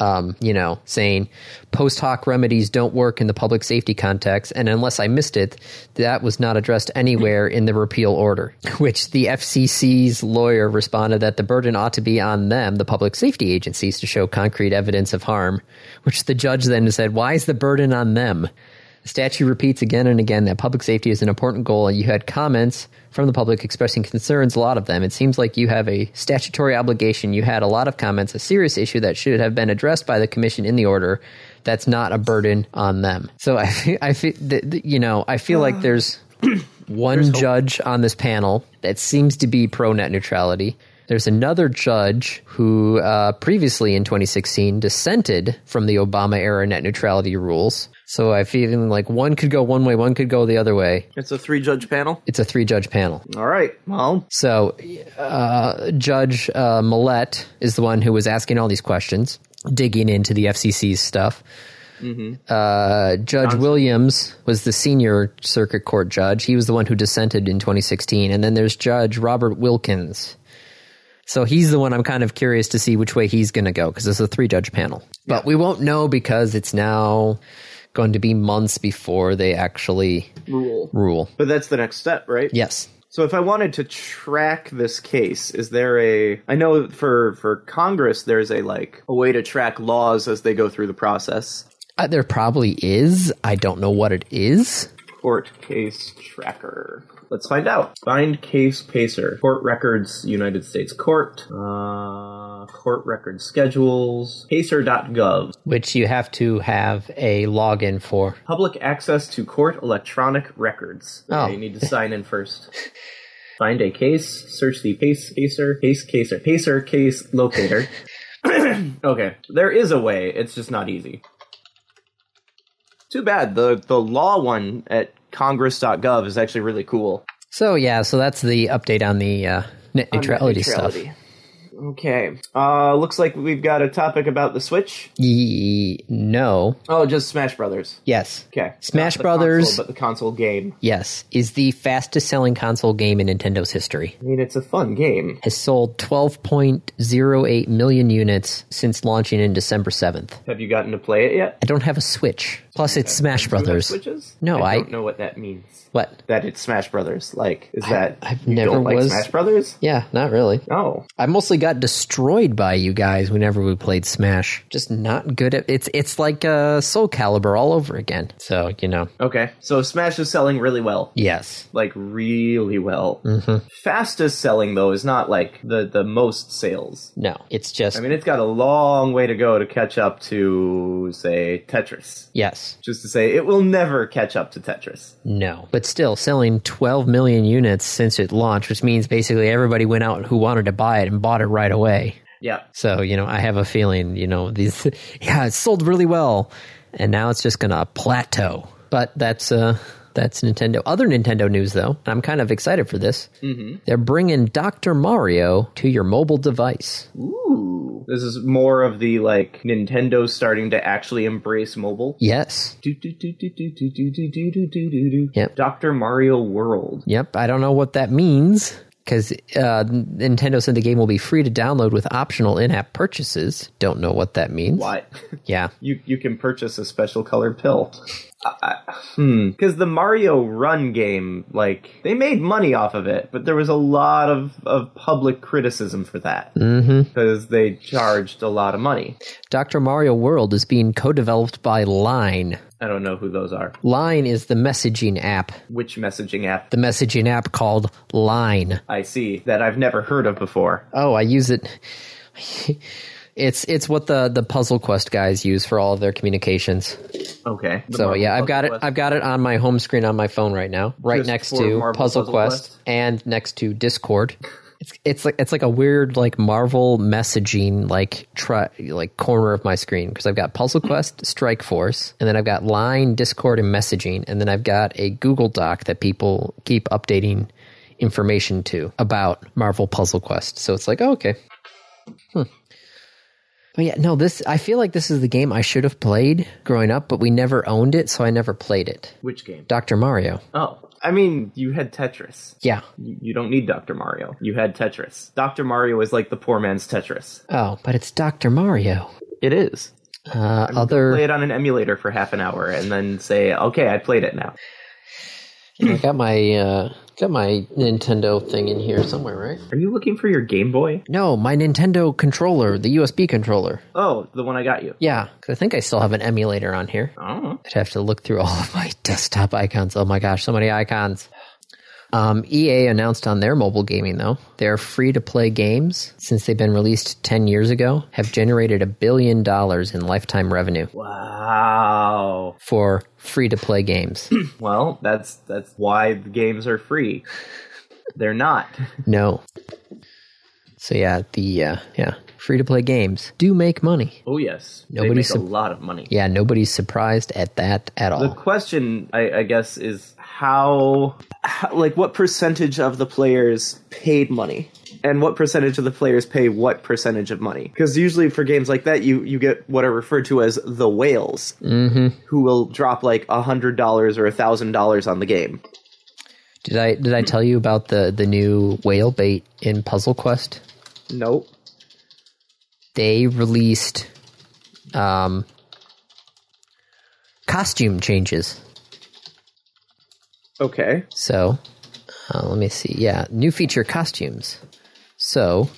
A: um, you know, saying post hoc remedies don't work in the public safety context. And unless I missed it, that was not addressed anywhere in the repeal order, which the FCC's lawyer responded that the burden ought to be on them, the public safety agencies, to show concrete evidence of harm, which the judge then said, why is the burden on them? The statute repeats again and again that public safety is an important goal, and you had comments from the public expressing concerns, a lot of them. It seems like you have a statutory obligation. You had a lot of comments, a serious issue that should have been addressed by the commission in the order. That's not a burden on them. So I, fe- I feel, th- th- you know, I feel like there's one judge on this panel that seems to be pro net neutrality. There's another judge who uh, previously in 2016 dissented from the Obama era net neutrality rules. So I feel like one could go one way, one could go the other way.
B: It's a three judge panel.
A: It's a three judge panel.
B: All right. Well,
A: So uh, Judge uh, Millett is the one who was asking all these questions, digging into the FCC's stuff. Uh, judge Williams was the senior circuit court judge. He was the one who dissented in 2016. And then there's Judge Robert Wilkins. So he's the one I'm kind of curious to see which way he's going to go because it's a three judge panel. But we won't know because it's now going to be months before they actually
B: rule.
A: rule.
B: But that's the next step, right?
A: Yes.
B: So if I wanted to track this case, is there a I know for for Congress there's a like a way to track laws as they go through the process.
A: Uh, there probably is. I don't know what it is.
B: Court case tracker. Let's find out. Find case pacer. Court records, United States Court. Uh, court record schedules. Pacer.gov.
A: Which you have to have a login for.
B: Public access to court electronic records.
A: Oh.
B: You need to sign in first. Find a case, search the pace pacer, case caser, pacer case locator. okay, there is a way. It's just not easy. Too bad the the law one at congress.gov is actually really cool.
A: So yeah, so that's the update on the uh, net neutrality, stuff.
B: Neutrality. Okay. Uh looks like we've got a topic about the Switch.
A: Ye- no.
B: Oh, just Smash Brothers.
A: Yes.
B: Okay.
A: Smash
B: Not the
A: Brothers-
B: console, but the console game.
A: Yes. Is the fastest selling console game in Nintendo's history.
B: I mean, it's a fun game.
A: Has sold 12.08 million units since launching in December 7th.
B: Have you gotten to play it yet?
A: I don't have a Switch. Plus, it's Smash
B: Do you have
A: Brothers.
B: Switches?
A: No, I-
B: don't know what that means.
A: What?
B: That it's Smash Brothers. Like, is that
A: I've
B: you
A: never
B: don't like
A: was-
B: Smash Brothers? Oh,
A: Yeah, not really.
B: No.
A: I mostly got destroyed by you guys whenever we played Smash. Just not good at it's. It's like uh, Soul Calibur all over again. So you know,
B: Okay. So Smash is selling really well.
A: yes,
B: Like really well.
A: Mm-hmm.
B: Fastest selling though is not like the the most sales.
A: no, it's just
B: I mean, it's got a long way to go to catch up to say Tetris.
A: yes,
B: Just to say, it will never catch up to Tetris.
A: no. But still, selling 12 million units since it launched, which means basically everybody went out who wanted to buy it and bought it right away.
B: Yeah.
A: So you know, I have a feeling you know these. Yeah, it sold really well, and now it's just gonna plateau. But that's uh that's Nintendo. Other Nintendo news though, and I'm kind of excited for this. Mm-hmm. They're bringing Doctor Mario to your mobile device.
B: Ooh. This is more of the like Nintendo starting to actually embrace mobile.
A: Yes. Yep.
B: Dr. Mario World.
A: Yep. I don't know what that means. Because uh, Nintendo said the game will be free to download with optional in-app purchases. Don't know what that means.
B: What?
A: Yeah,
B: You you can purchase a special colored pill. Because the Mario Run game, like they made money off of it, but there was a lot of, of public criticism for that because they charged a lot of money.
A: Dr. Mario World is being co-developed by Line.
B: I don't know who those are.
A: Line is the messaging app
B: Which messaging app?
A: the messaging app called Line.
B: I see that I've never heard of before.
A: Oh, I use it. It's it's what the the Puzzle Quest guys use for all of their communications.
B: Okay. The
A: So
B: Mario
A: yeah, I've
B: Puzzle
A: got it.
B: Quest.
A: I've got it on my home screen on my phone right now, right
B: Just
A: next
B: for
A: to
B: Marvel
A: Puzzle,
B: Puzzle
A: Quest,
B: Quest?
A: and next to Discord. It's it's like it's like a weird like Marvel messaging like try like corner of my screen because I've got Puzzle Quest, Strike Force, and then I've got Line, Discord, and messaging, and then I've got a Google Doc that people keep updating information to about Marvel Puzzle Quest. So it's like oh, okay. Hmm. But yeah, no, this I feel like this is the game I should have played growing up, but we never owned it, so I never played it.
B: Which game?
A: Dr. Mario.
B: Oh, I mean, you had Tetris.
A: Yeah.
B: You you don't need Dr. Mario. You had Tetris. Dr. Mario is like the poor man's Tetris.
A: Oh, but it's Dr. Mario.
B: It is.
A: Uh,
B: Play
A: other,
B: it on an emulator for half an hour and then say, okay, I played it now.
A: I got my uh, got my Nintendo thing in here somewhere, right?
B: Are you looking for your Game Boy?
A: No, my Nintendo controller, the USB controller.
B: Oh, the one I got you.
A: Yeah, 'cause I think I still have an emulator on here.
B: Oh.
A: I'd have to look through all of my desktop icons. Oh my gosh, so many icons. Um, EA announced on their mobile gaming, though, their free to play games, since they've been released 10 years ago, have generated a billion dollars in lifetime revenue
B: Wow.
A: for free to play games.
B: Well, that's that's why the games are free. They're not.
A: no. So, yeah, the, uh, yeah, free to play games do make money.
B: Oh yes.
A: Nobody
B: they make
A: sup-
B: a lot of money.
A: Yeah, nobody's surprised at that at
B: The
A: all.
B: question, I, I guess, is how, how, like, what percentage of the players paid money, and what percentage of the players pay what percentage of money? Because usually for games like that, you you get what are referred to as the whales, who will drop like a hundred dollars or a thousand dollars on the game.
A: Did I did I tell you about the the new whale bait in Puzzle Quest?
B: Nope.
A: they released um, costume changes.
B: Okay.
A: So uh, let me see. Yeah, new feature costumes. So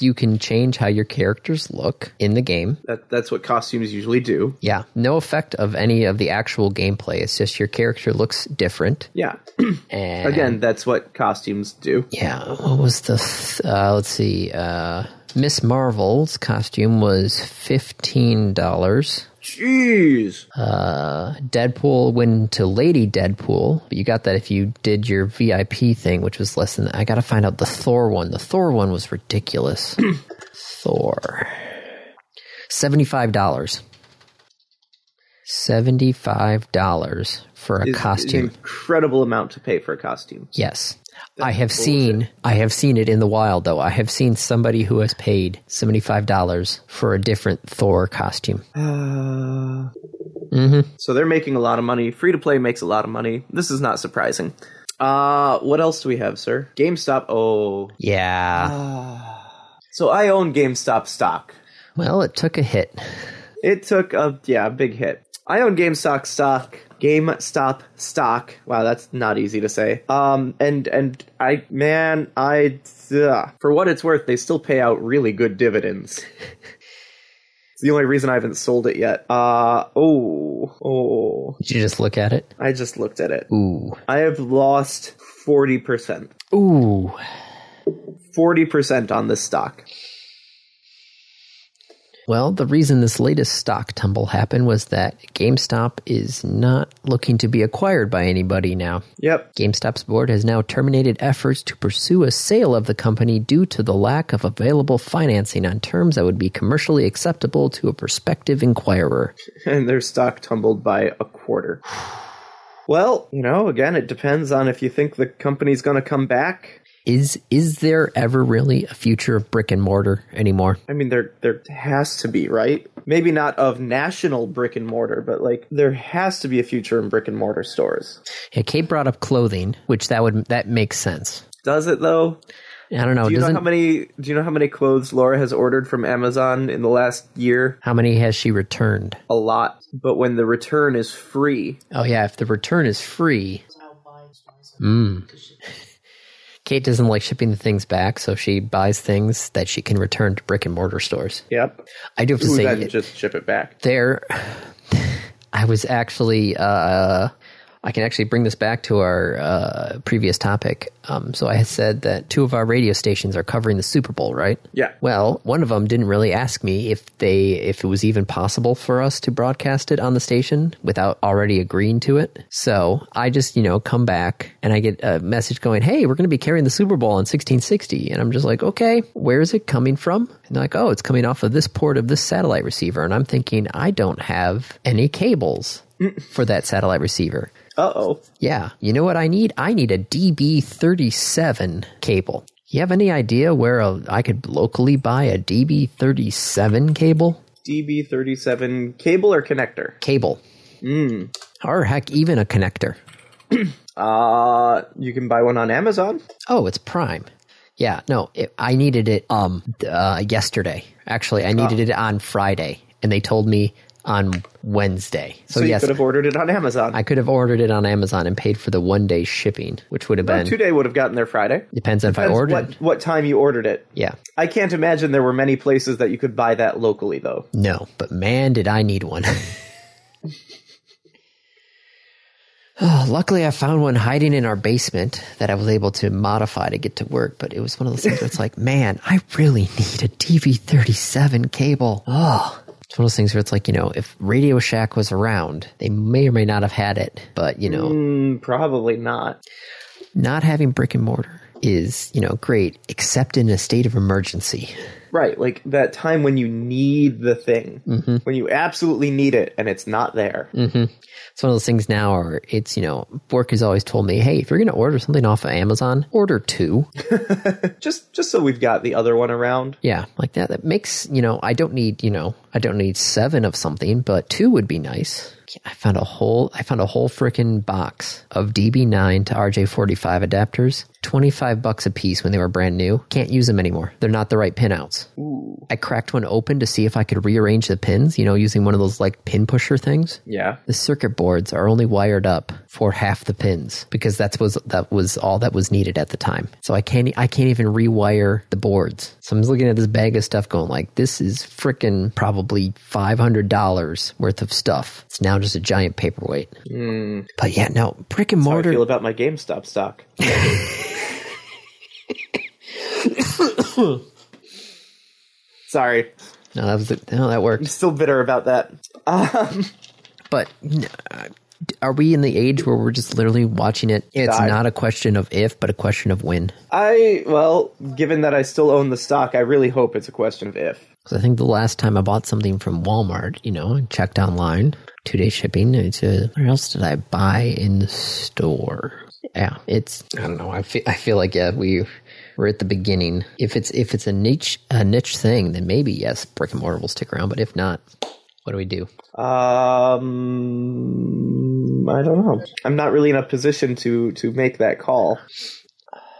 A: you can change how your characters look in the game.
B: That that's what costumes usually do.
A: Yeah, no effect of any of the actual gameplay. It's just your character looks different.
B: Yeah.
A: And
B: Again, that's what costumes do.
A: yeah, what was the? Th- uh, let's see. Uh, Miss Marvel's costume was fifteen dollars.
B: Jeez.
A: uh, Deadpool went to Lady Deadpool. But you got that if you did your VIP thing, which was less than. I got to find out the Thor one. The Thor one was ridiculous. Thor, seventy five dollars. Seventy five dollars for a
B: It's- it's
A: costume.
B: an incredible amount to pay for a costume.
A: Yes. I have seen I have seen it in the wild though. I have seen somebody who has paid $75 for a different Thor costume.
B: Uh, So they're making a lot of money. Free to play makes a lot of money. This is not surprising. Uh, what else do we have, sir? GameStop. Oh,
A: Yeah.
B: so I own GameStop stock.
A: Well, it took a hit.
B: It took a yeah, a big hit. I own GameStop stock. GameStop stock. Wow, that's not easy to say. Um, and and I man, I ugh. for what it's worth, they still pay out really good dividends. it's the only reason I haven't sold it yet. Uh, oh, oh.
A: Did you just look at it?
B: I just looked at it.
A: Ooh.
B: I have lost 40%.
A: Ooh.
B: 40% on this stock.
A: Well, the reason this latest stock tumble happened was that GameStop is not looking to be acquired by anybody now.
B: Yep.
A: GameStop's board has now terminated efforts to pursue a sale of the company due to the lack of available financing on terms that would be commercially acceptable to a prospective inquirer.
B: And their stock tumbled by a quarter. Well, you know, again, it depends on if you think the company's going to come back.
A: Is is there ever really a future of brick and mortar anymore?
B: I mean, there there has to be, right? Maybe not of national brick and mortar, but like there has to be a future in brick and mortar stores.
A: Yeah, Kate brought up clothing, which that would that makes sense.
B: Does it though?
A: I don't know.
B: Do you
A: doesn't
B: know how many? Do you know how many clothes Laura has ordered from Amazon in the last year?
A: how many has she returned?
B: A lot. But when the return is free,
A: Oh yeah, if the return is free. Mm. Kate doesn't like shipping the things back, so she buys things that she can return to brick and mortar stores.
B: yep,
A: I do have to
B: Ooh,
A: say,
B: then
A: it-
B: just ship it back.
A: there, I was actually. Uh, I can actually bring this back to our uh, previous topic. Um, so I had said that two of our radio stations are covering the Super Bowl, right?
B: Yeah.
A: Well, one of them didn't really ask me if they if it was even possible for us to broadcast it on the station without already agreeing to it. So I just you know come back and I get a message going, "Hey, we're going to be carrying the Super Bowl on 1660," and I'm just like, "Okay, where is it coming from?" And they're like, "Oh, it's coming off of this port of this satellite receiver," and I'm thinking, I don't have any cables for that satellite receiver.
B: Uh oh.
A: Yeah. You know what I need? I need a DB37 cable. You have any idea where a, I could locally buy a DB37 cable?
B: DB37 cable or connector?
A: Cable.
B: Hmm.
A: Mm. Or heck, even a connector.
B: Uh, you can buy one on Amazon.
A: Oh, it's Prime.
B: Oh.
A: Yeah, no, it, I needed it um uh, yesterday. Actually, I needed it on Friday, and they told me on Wednesday. So,
B: So, you
A: Oh, yes,
B: could have ordered it on Amazon.
A: I could have ordered it on Amazon and paid for the one day shipping, which would have been
B: Two day would have gotten there Friday.
A: depends on if I
B: Depends
A: ordered.
B: What, what time you ordered it.
A: Yeah,
B: I can't imagine there were many places that you could buy that locally, though.
A: no, but man, did I need one. Oh, luckily, I found one hiding in our basement that I was able to modify to get to work. But it was one of those things where it's like, man, I really need a TV37 cable. Oh, it's one of those things where it's like, you know, if Radio Shack was around, they may or may not have had it. But, you know,
B: Mm, probably not.
A: not having brick and mortar is, you know, great, except in a state of emergency.
B: Right, like that time when you need the thing,
A: Mm-hmm.
B: when you absolutely need it, and it's not there.
A: Mm. It's one of those things now where it's, you know, work has always told me, hey, if you're going to order something off of Amazon, order two.
B: Just, just so we've got the other one around.
A: Yeah, like that. That makes, you know, I don't need, you know, I don't need seven of something, but two would be nice. I found a whole, I found a whole freaking box of DB9 to RJ45 adapters, 25 bucks a piece when they were brand new. Can't use them anymore. They're not the right pinouts. I cracked one open to see if I could rearrange the pins, you know, using one of those like pin pusher things.
B: Yeah,
A: The circuit boards are only wired up for half the pins because that's was that was all that was needed at the time. So I can't I can't even rewire the boards. So I'm just looking at this bag of stuff going like this is frickin' probably five hundred dollars worth of stuff. It's now just a giant paperweight. But yeah, no, brick and
B: how I
A: mortar
B: feel about my GameStop stock. Sorry,
A: No, that was no, that works.
B: still bitter about that.
A: but uh, are we in the age where we're just literally watching it? It's
B: Die.
A: not a question of if, but a question of when.
B: I well, given that I still own the stock, I really hope it's a question of if.
A: Because I think the last time I bought something from Walmart, you know, and checked online, two day shipping. It's a, where else did I buy in the store? Yeah, it's I don't know. I feel I feel like yeah, we we're at the beginning. If it's if it's a niche a niche thing, then maybe yes, brick and mortar will stick around. But if not, what do we do?
B: Um, I don't know. I'm not really in a position to to make that call.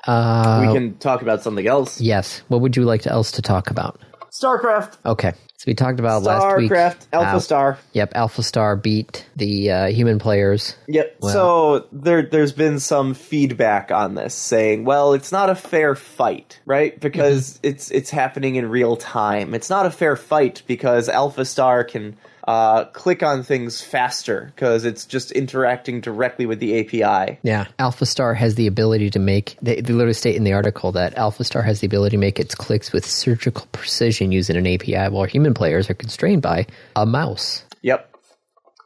A: Uh,
B: we can talk about something else.
A: yes. What would you like to, else to talk about?
B: Starcraft,
A: Okay, so we talked about last week.
B: Starcraft, Alpha
A: how-
B: Star.
A: Yep, Alpha Star beat the uh, human players.
B: Yep. so there, there's been some feedback on this saying, well, it's not a fair fight, right? Because it's it's happening in real time. It's not a fair fight because Alpha Star can uh, click on things faster because it's just interacting directly with the API.
A: Yeah, Alpha Star has the ability to make. They, they literally state in the article that Alpha Star has the ability to make its clicks with surgical precision using an API, while human players are constrained by a mouse.
B: Yep.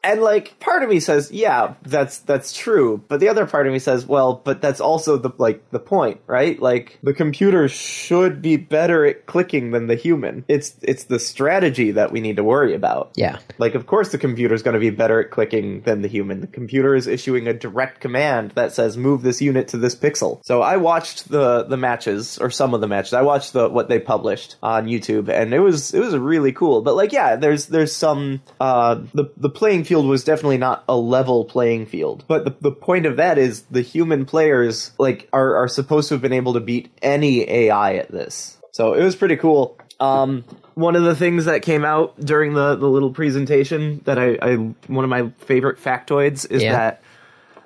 B: And like part of me says, yeah, that's that's true, but the other part of me says, well, but that's also the like the point, right? Like the computer should be better at clicking than the human. It's it's the strategy that we need to worry about.
A: Yeah,
B: Like of course the computer is going to be better at clicking than the human. The computer is issuing a direct command that says move this unit to this pixel. So I watched the the matches or some of the matches. I watched the what they published on YouTube and it was it was really cool. But like yeah, there's there's some uh the the playing field was definitely not a level playing field. But the the point of that is the human players like are are supposed to have been able to beat any AI at this. So it was pretty cool. Um, one of the things that came out during the, the little presentation that I, I one of my favorite factoids is
A: Yeah.
B: that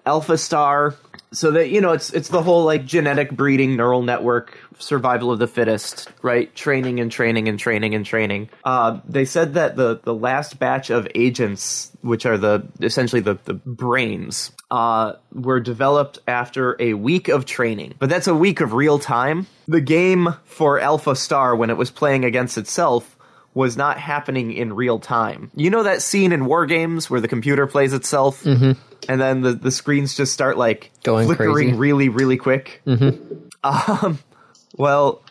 B: Alpha Star. So that you know, it's it's the whole like genetic breeding, neural network, survival of the fittest, right? Training and training and training and training. Uh, they said that the the last batch of agents, which are the essentially the the brains, uh, were developed after a week of training. But that's a week of real time. The game for Alpha Star when it was playing against itself was not happening in real time. You know that scene in war games where the computer plays itself and then the, the screens just start like
A: Mm-hmm. Going
B: flickering
A: crazy. Mm-hmm.
B: really, really quick? Um, well,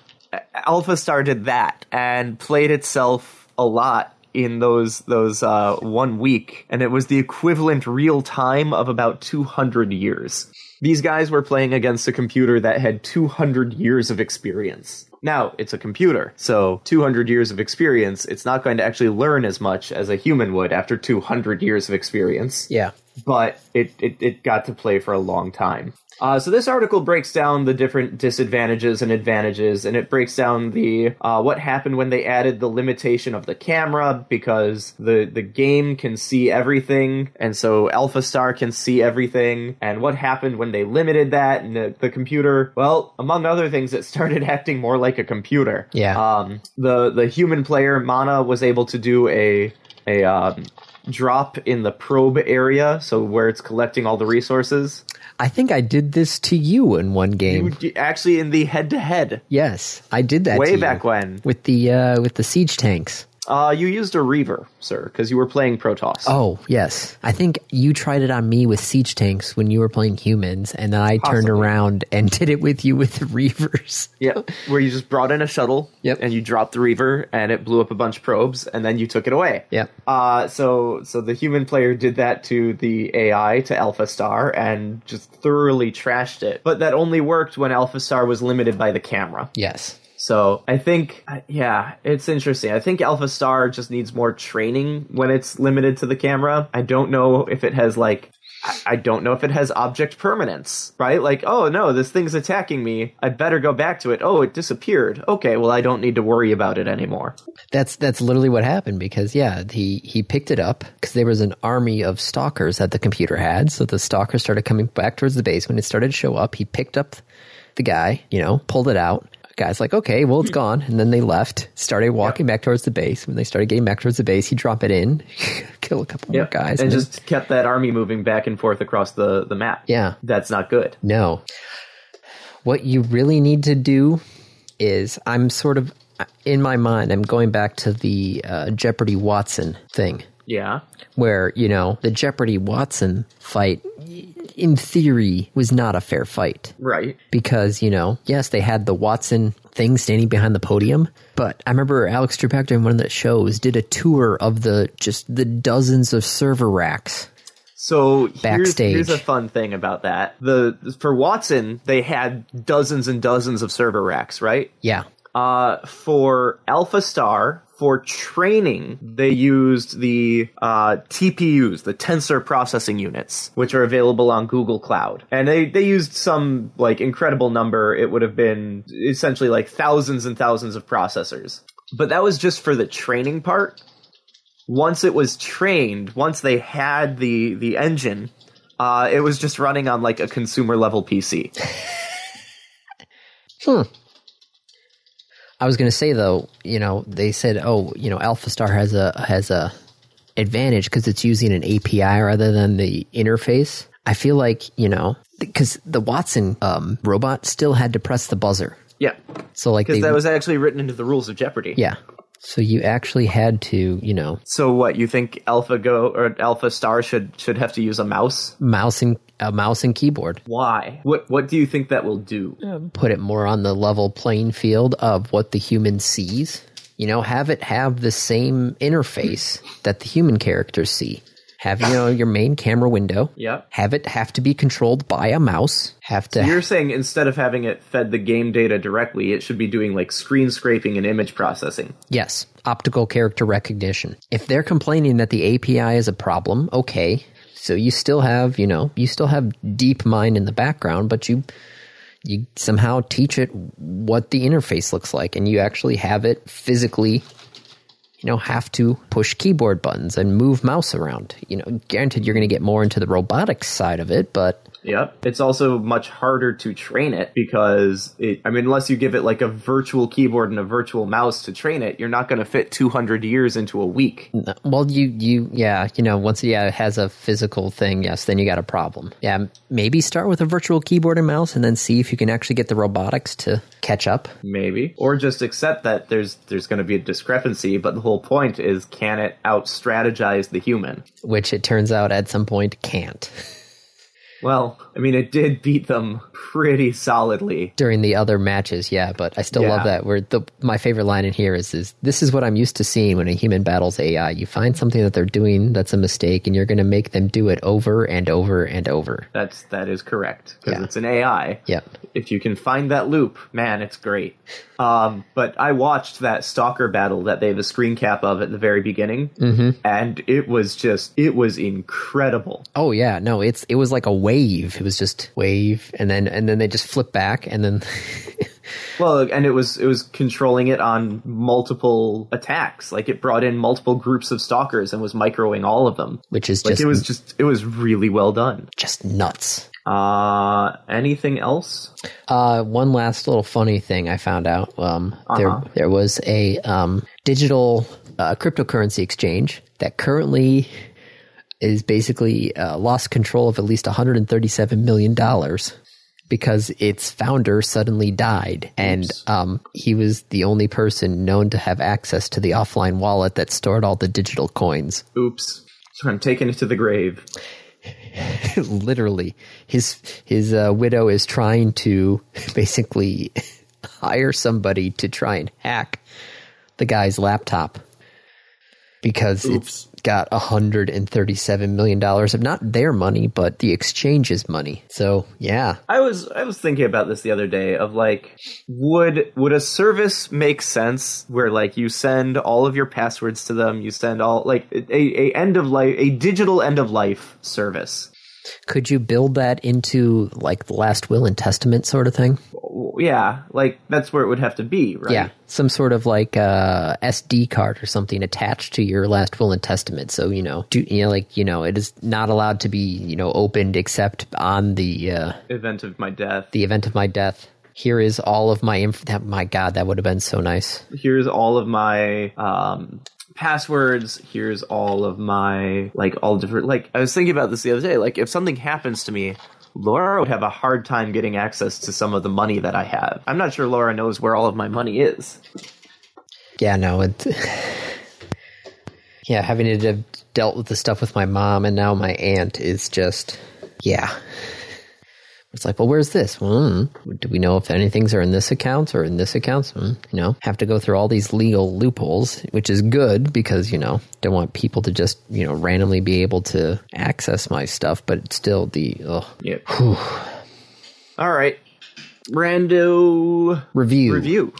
B: Alpha Star did that and played itself a lot in those those uh, one week, and it was the equivalent real time of about two hundred years. These guys were playing against a computer that had two hundred years of experience. Now it's a computer, so two hundred years of experience. It's not going to actually learn as much as a human would after two hundred years of experience.
A: yeah.
B: But it, it it got to play for a long time. Uh, so this article breaks down the different disadvantages and advantages, and it breaks down the uh, what happened when they added the limitation of the camera because the the game can see everything, and so Alpha Star can see everything, and what happened when they limited that, and the, the computer. Well, among other things, it started acting more like a computer.
A: Yeah.
B: Um, the the human player Mana was able to do a a um, drop in the probe area, so where it's collecting all the resources.
A: I think I did this to you in one game.
B: You d- Actually, in the head to head,
A: yes, I did that
B: way
A: to
B: back
A: you.
B: when,
A: with the uh, with the siege tanks.
B: uh, you used a Reaver, sir, because you were playing Protoss.
A: Oh yes, I think you tried it on me with siege tanks when you were playing humans, and then I turned
B: Possibly.
A: around and did it with you with the reavers.
B: Yeah, where you just brought in a shuttle
A: Yep.
B: and you dropped the Reaver and it blew up a bunch of probes and then you took it away.
A: Yep.
B: Uh, so so the human player did that to the AI to Alpha Star and just thoroughly trashed it. But that only worked when Alpha Star was limited by the camera.
A: Yes.
B: So I think, yeah, it's interesting. I think Alpha Star just needs more training when it's limited to the camera. I don't know if it has like. I- I don't know if it has object permanence, right? Like, oh no, this thing's attacking me. I better go back to it. Oh, it disappeared. Okay, well, I don't need to worry about it anymore.
A: That's that's literally what happened because yeah he he picked it up because there was an army of stalkers that the computer had so the stalkers started coming back towards the basement it started to show up he picked up the guy you know pulled it out guy's like okay well it's gone and then they left started walking back towards the base when they started getting back towards the base he drop it in kill a couple more guys
B: and
A: then-
B: just kept that army moving back and forth across the the map.
A: Yeah.
B: that's not good.
A: No. What you really need to do is I'm sort of in my mind I'm going back to the uh, Jeopardy Watson thing
B: Yeah,
A: where, you know, the Jeopardy Watson fight in theory was not a fair fight
B: right.
A: because, you know, yes, they had the Watson thing standing behind the podium, but I remember Alex Trebek during one of the shows did a tour of the just the dozens of server racks.
B: So here's,
A: Backstage.
B: here's a fun thing about that. The for Watson, they had dozens and dozens of server racks, right?
A: Yeah.
B: Uh, for Alpha Star, for training, they used the uh, TPUs, the tensor processing units, which are available on Google Cloud. And they, they used some like incredible number. It would have been essentially like thousands and thousands of processors. But that was just for the training part. Once it was trained, once they had the the engine, uh, it was just running on like a consumer level PC.
A: Hmm. I was going to say though, you know, they said, oh, you know, Alpha Star has a has a advantage because it's using an API rather than the interface. I feel like you know because the Watson um, robot still had to press the buzzer,
B: Yeah.
A: so like they
B: Because that was actually written into the rules of Jeopardy.
A: yeah. So you actually had to you know
B: So what you think Alpha Go or Alpha Star should should have to use a mouse?
A: mouse and uh, mouse and keyboard
B: Why? What what do you think that will do?
A: put it more on the level playing field of what the human sees. You know, have it have the same interface that the human characters see. Have you know your main camera window?
B: Yeah.
A: Have it have to be controlled by a mouse. Have to
B: You're saying instead of having it fed the game data directly, it should be doing like screen scraping and image processing.
A: yes, optical character recognition. If they're complaining that the API is a problem, okay. So you still have, you know, you still have deep mind in the background, but you you somehow teach it what the interface looks like and you actually have it physically you know have to push keyboard buttons and move mouse around you know granted you're going to get more into the robotics side of it but
B: Yep. It's also much harder to train it because it I mean unless you give it like a virtual keyboard and a virtual mouse to train it, you're not going to fit 200 years into a week.
A: well you you yeah you know once yeah it has a physical thing yes then you got a problem yeah m- maybe start with a virtual keyboard and mouse and then see if you can actually get the robotics to catch up
B: maybe or just accept that there's there's going to be a discrepancy but the whole point is can it out strategize the human
A: which it turns out at some point can't
B: well i mean it did beat them pretty solidly
A: during the other matches, yeah, but I still
B: Yeah.
A: love that. Where the my favorite line in here is is this is what I'm used to seeing when a human battles AI. You find something that they're doing that's a mistake, and you're going to make them do it over and over and over.
B: that's that is correct because
A: Yeah.
B: it's an ai
A: Yep.
B: if you can find that loop man it's great um, but i watched that stalker battle that they have a screen cap of at the very
A: Mm-hmm.
B: beginning and it was just it was incredible
A: Oh yeah, no, it's it was like a wave. It was just wave, and then and then they just flip back, and then
B: Well, and it was it was controlling it on multiple attacks. Like it brought in multiple groups of stalkers and was microing all of them.
A: which is
B: Like
A: just
B: it was just it was really well done.
A: just nuts.
B: Uh anything else?
A: Uh, one last little funny thing I found out. Um, There, there was a um, digital uh, cryptocurrency exchange that currently is basically uh, lost control of at least 137 million dollars because its founder suddenly died, and um, he was the only person known to have access to the offline wallet that stored all the digital coins.
B: Oops. I'm taking it to the grave.
A: literally his his uh, widow is trying to basically hire somebody to try and hack the guy's laptop because it's got 137 million dollars of not their money but the exchange's money so yeah
B: I was I was thinking about this the other day of like would would a service make sense where like you send all of your passwords to them, you send all like a, a end of life a digital end of life service.
A: could you build that into like the last will and testament sort of thing
B: Yeah, like that's where it would have to be, right?
A: yeah some sort of like uh sd card or something attached to your last will and testament so you know do you know like you know it is not allowed to be you know opened except on the uh
B: Event of my death.
A: the event of my death here is all of my inf- that, my god that would have been so nice
B: here's all of my um passwords here's all of my like all different like i was thinking about this the other day like if something happens to me laura would have a hard time getting access to some of the money that i have i'm not sure laura knows where all of my money is
A: yeah no it yeah having to have dealt with the stuff with my mom and now my aunt is just yeah it's like, well, where's this? Hmm. Do we know if anything's are in this account or in this account? Hmm. You know, have to go through all these legal loopholes, which is good because you know don't want people to just you know randomly be able to access my stuff. But it's still, the ugh.
B: yep all right rando
A: review
B: review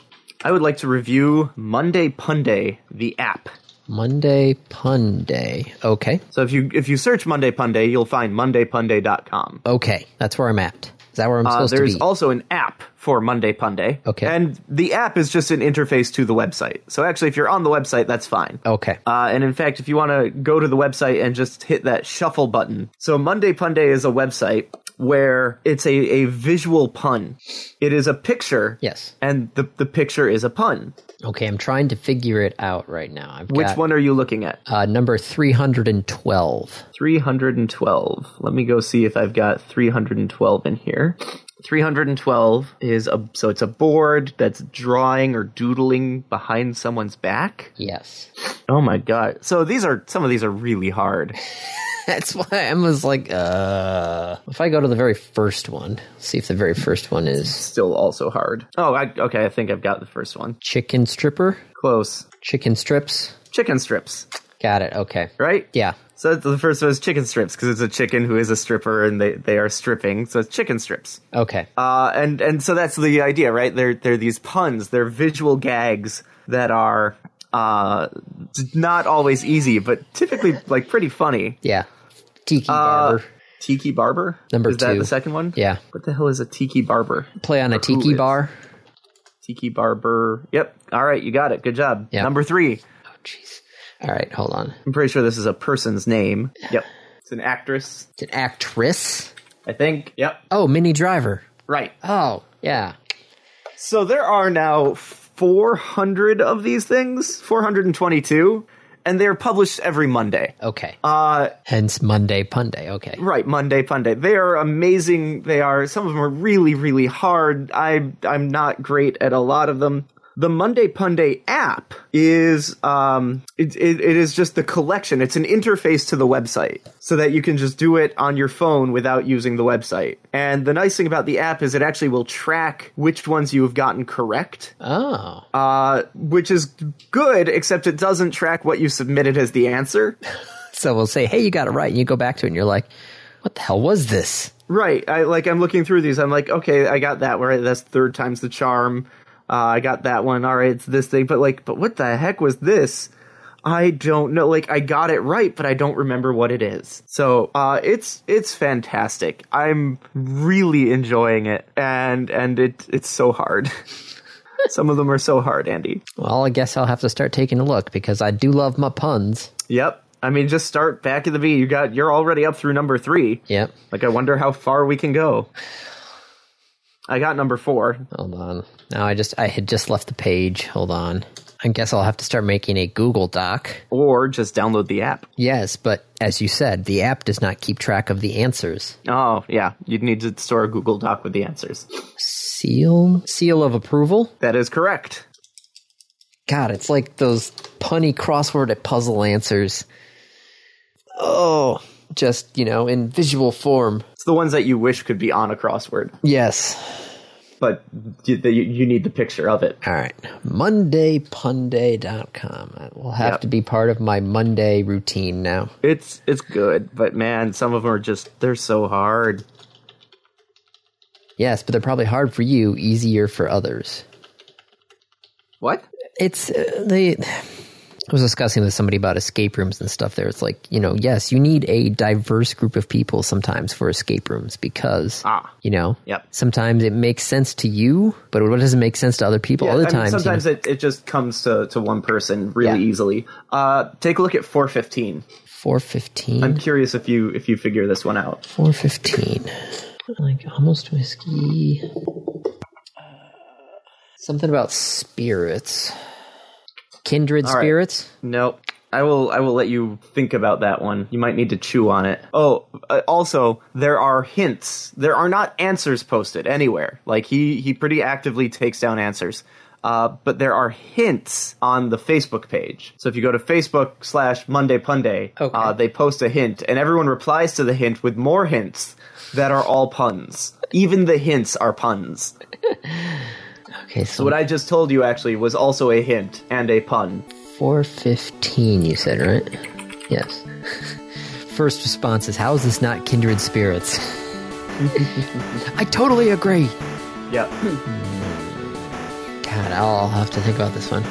B: i would like to review monday punday the app
A: Monday pun day. Okay,
B: so if you if you search monday punday you'll find mondaypunday.com
A: okay, that's where I'm at. Is that where I'm
B: Uh,
A: supposed to
B: there's
A: be?
B: also an app for Monday Punday.
A: Okay.
B: And the app is just an interface to the website. So actually, if you're on the website, that's fine.
A: okay,
B: Uh, and in fact, if you want to go to the website and just hit that shuffle button. So Monday Punday is a website where it's a, a visual pun. It is a picture.
A: Yes.
B: And the, the picture is a pun.
A: okay. I'm trying to figure it out right now. I've
B: Which
A: got,
B: one are you looking at?
A: Uh, number three hundred and twelve.
B: 312. Let me go see if I've got 312 in here. 312 is a so it's a board that's drawing or doodling behind someone's back.
A: Yes,
B: Oh my god. So these are some of these are really hard.
A: that's why I was like, uh, if I go to the very first one, see if the very first one is
B: Still also hard. Oh, I, okay, I think I've got the first one.
A: chicken stripper,
B: Close.
A: chicken strips.
B: Chicken strips,
A: Got it. Okay,
B: right?
A: yeah,
B: So that's- the first one is chicken strips because it's a chicken who is a stripper and they, they are stripping. So it's chicken strips.
A: okay,
B: Uh, and and so that's the idea, right? They're they're these puns, they're visual gags that are uh, not always easy, but typically like pretty funny.
A: yeah. Tiki barber.
B: Tiki barber
A: Number
B: is that
A: two.
B: the second one?
A: Yeah,
B: What the hell is a tiki barber?
A: play on a
B: who
A: tiki
B: is-
A: bar.
B: Tiki barber. Yep. All right, you got it. Good job.
A: Yeah.
B: Number three.
A: Oh, jeez. All right, hold on.
B: I'm pretty sure this is a person's name. Yep. It's an actress,
A: It's an actress.
B: I think. Yep.
A: Oh, Mini Driver.
B: Right.
A: Oh, yeah.
B: So there are now 400 of these things, 422, and they're published every Monday.
A: Okay.
B: Uh,
A: Hence Monday Punday. Okay.
B: right, Monday Punday. They are amazing. They are some of them are really, really hard. I I'm not great at a lot of them. The Monday Punday app is um it, it, it is just the collection. It's an interface to the website so that you can just do it on your phone without using the website. And the nice thing about the app is it actually will track which ones you have gotten correct
A: Oh.
B: uh, which is good, except it doesn't track what you submitted as the answer.
A: So we'll say, hey, you got it right. And you go back to it and you're like, what the hell was this?
B: Right. I like. I'm looking through these. I'm like, okay, I got that. Right. That's third time's the charm. Uh, I got that one. All right, it's this thing. But like, but what the heck was this? I don't know. Like I got it right, but I don't remember what it is. So uh, it's it's fantastic. I'm really enjoying it, and and it it's so hard. Some of them are so hard, Andy.
A: Well, I guess I'll have to start taking a look because I do love my puns.
B: Yep. I mean, just start back at the B. You got you're already up through number three.
A: Yep.
B: Like I wonder how far we can go. I got number four.
A: Hold on. Now I just I had just left the page. Hold on. I guess I'll have to start making a Google Doc.
B: Or just download the app.
A: Yes, but as you said, the app does not keep track of the answers.
B: Oh yeah, you'd need to store a Google Doc with the answers.
A: Seal seal of approval.
B: That is correct.
A: God, it's like those punny crossword at puzzle answers. Oh, just you know, in visual form.
B: It's the ones that you wish could be on a crossword,
A: Yes.
B: but you, the, you need the picture of it.
A: All right. MondayPunday.com. That will Uh, have
B: Yep.
A: to be part of my Monday routine now.
B: It's it's good, but man, some of them are just they're so hard.
A: Yes, but they're probably hard for you, easier for others.
B: What?
A: it's uh, they I was discussing with somebody about escape rooms and stuff there. It's like, you know, yes, you need a diverse group of people sometimes for escape rooms because,
B: Ah.
A: you know,
B: Yep.
A: sometimes it makes sense to you, but what doesn't make sense to other people?
B: Yeah,
A: other
B: I mean,
A: times, you know-
B: sometimes it, it just comes to, to one person really
A: Yeah.
B: easily. Uh, take a look at 415. I'm
A: 415,
B: curious if you if you figure this one out.
A: 415, like almost whiskey. Uh, Something about spirits, kindred
B: right.
A: spirits.
B: Nope. I will I will let you think about that one. You might need to chew on it. Oh, uh, also, there are hints. There are not answers posted anywhere. Like he he pretty actively takes down answers. Uh, but there are hints on the Facebook page. So if you go to Facebook slash Monday Punday,
A: Okay.
B: uh, they post a hint, and everyone replies to the hint with more hints that are all puns. Even the hints are puns.
A: Okay, so
B: What I just told you actually was also a hint and a pun.
A: 415 you said right yes first response is how is this not kindred spirits i totally agree
B: Yep.
A: god i'll have to think about this one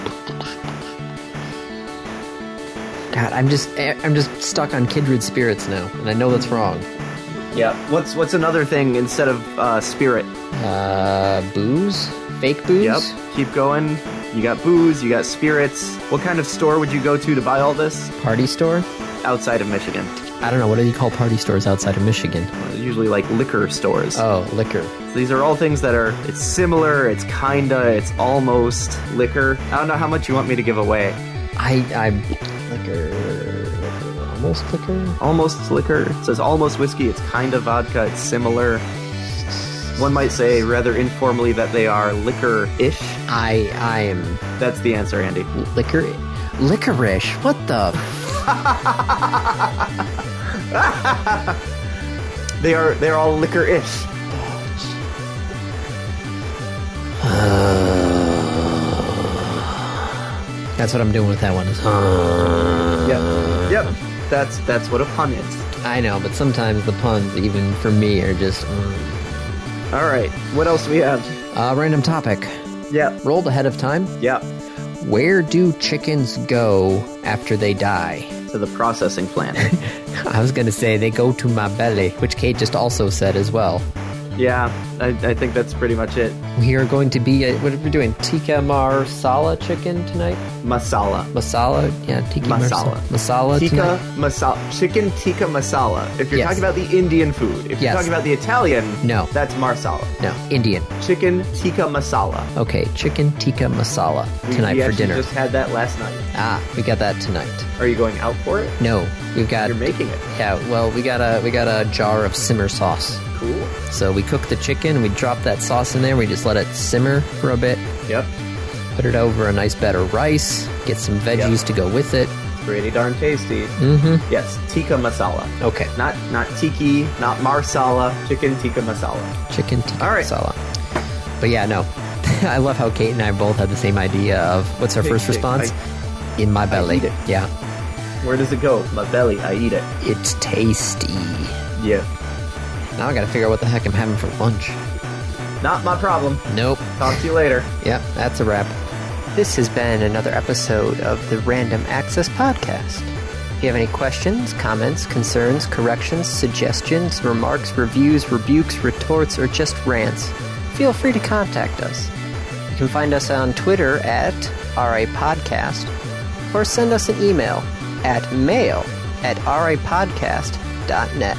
A: god i'm just eh, i'm just stuck on kindred spirits now and i know that's wrong
B: Yeah. What's what's another thing instead of uh, spirit?
A: uh booze fake booze
B: Keep going. You got booze. You got spirits. What kind of store would you go to to buy all this
A: party store
B: outside of Michigan?
A: i don't know what do you call party stores outside of michigan
B: Uh, Usually like liquor stores.
A: oh liquor
B: So these are all things that are. It's similar. It's kinda. It's almost liquor. I don't know how much you want me to give away.
A: i i liquor, liquor almost liquor
B: Almost liquor. It says almost whiskey. It's kind of vodka. It's similar. One might say rather informally that they are liquor-ish.
A: I I am
B: That's the answer, Andy.
A: liquor licorice. What the?
B: They are. They're all liquor-ish.
A: That's what I'm doing with that one. is, uh,
B: Yep. Yep. That's that's what a pun is.
A: I know, but sometimes the puns, even for me, are just mm.
B: All right. What else do we have?
A: uh, random topic.
B: Yep.
A: Rolled ahead of time.
B: Yep.
A: Where do chickens go after they die?
B: To the processing plant.
A: I was gonna say they go to my belly, which Kate just also said as well.
B: yeah. I, I think that's pretty much it.
A: We are going to be at, what are we doing? Tikka marsala chicken tonight?
B: Masala.
A: Masala? Yeah, tikka marsala.
B: Masala.
A: Masala
B: Tikka
A: tonight?
B: masala. Chicken tikka masala. If you're
A: Yes.
B: talking about the Indian food. If you're
A: Yes.
B: talking about the Italian.
A: No.
B: That's marsala.
A: No, Indian.
B: Chicken tikka masala.
A: Okay, chicken tikka masala
B: We-
A: tonight
B: we
A: for
B: actually
A: dinner.
B: just had that last night.
A: Ah, we got that tonight.
B: Are you going out for it?
A: No, we've got
B: You're making it.
A: yeah. Well, we got a we got a jar of simmer sauce.
B: Cool.
A: So we cook the chicken, we drop that sauce in there, we just let it simmer for a bit,
B: Yep.
A: put it over a nice bed of rice, get some veggies
B: Yep.
A: to go with it.
B: Pretty darn tasty. Mm-hmm. Yes. Tikka masala.
A: Okay,
B: Not not tiki. Not marsala. Chicken tikka masala.
A: chicken tikka
B: All right.
A: masala. But yeah, no, I love how Kate and I both had the same idea of what's our
B: Hey,
A: first
B: hey,
A: response? in my belly.
B: eat it.
A: Yeah,
B: Where does it go? My belly. I eat it.
A: it's tasty.
B: Yeah.
A: Now I got to figure out what the heck I'm having for lunch.
B: Not my problem.
A: Nope.
B: Talk to you later.
A: Yep, that's a wrap. This has been another episode of the Random Access Podcast. If you have any questions, comments, concerns, corrections, suggestions, remarks, reviews, rebukes, retorts, or just rants, feel free to contact us. You can find us on Twitter at RAPodcast or send us an email at mail at rapodcast.net.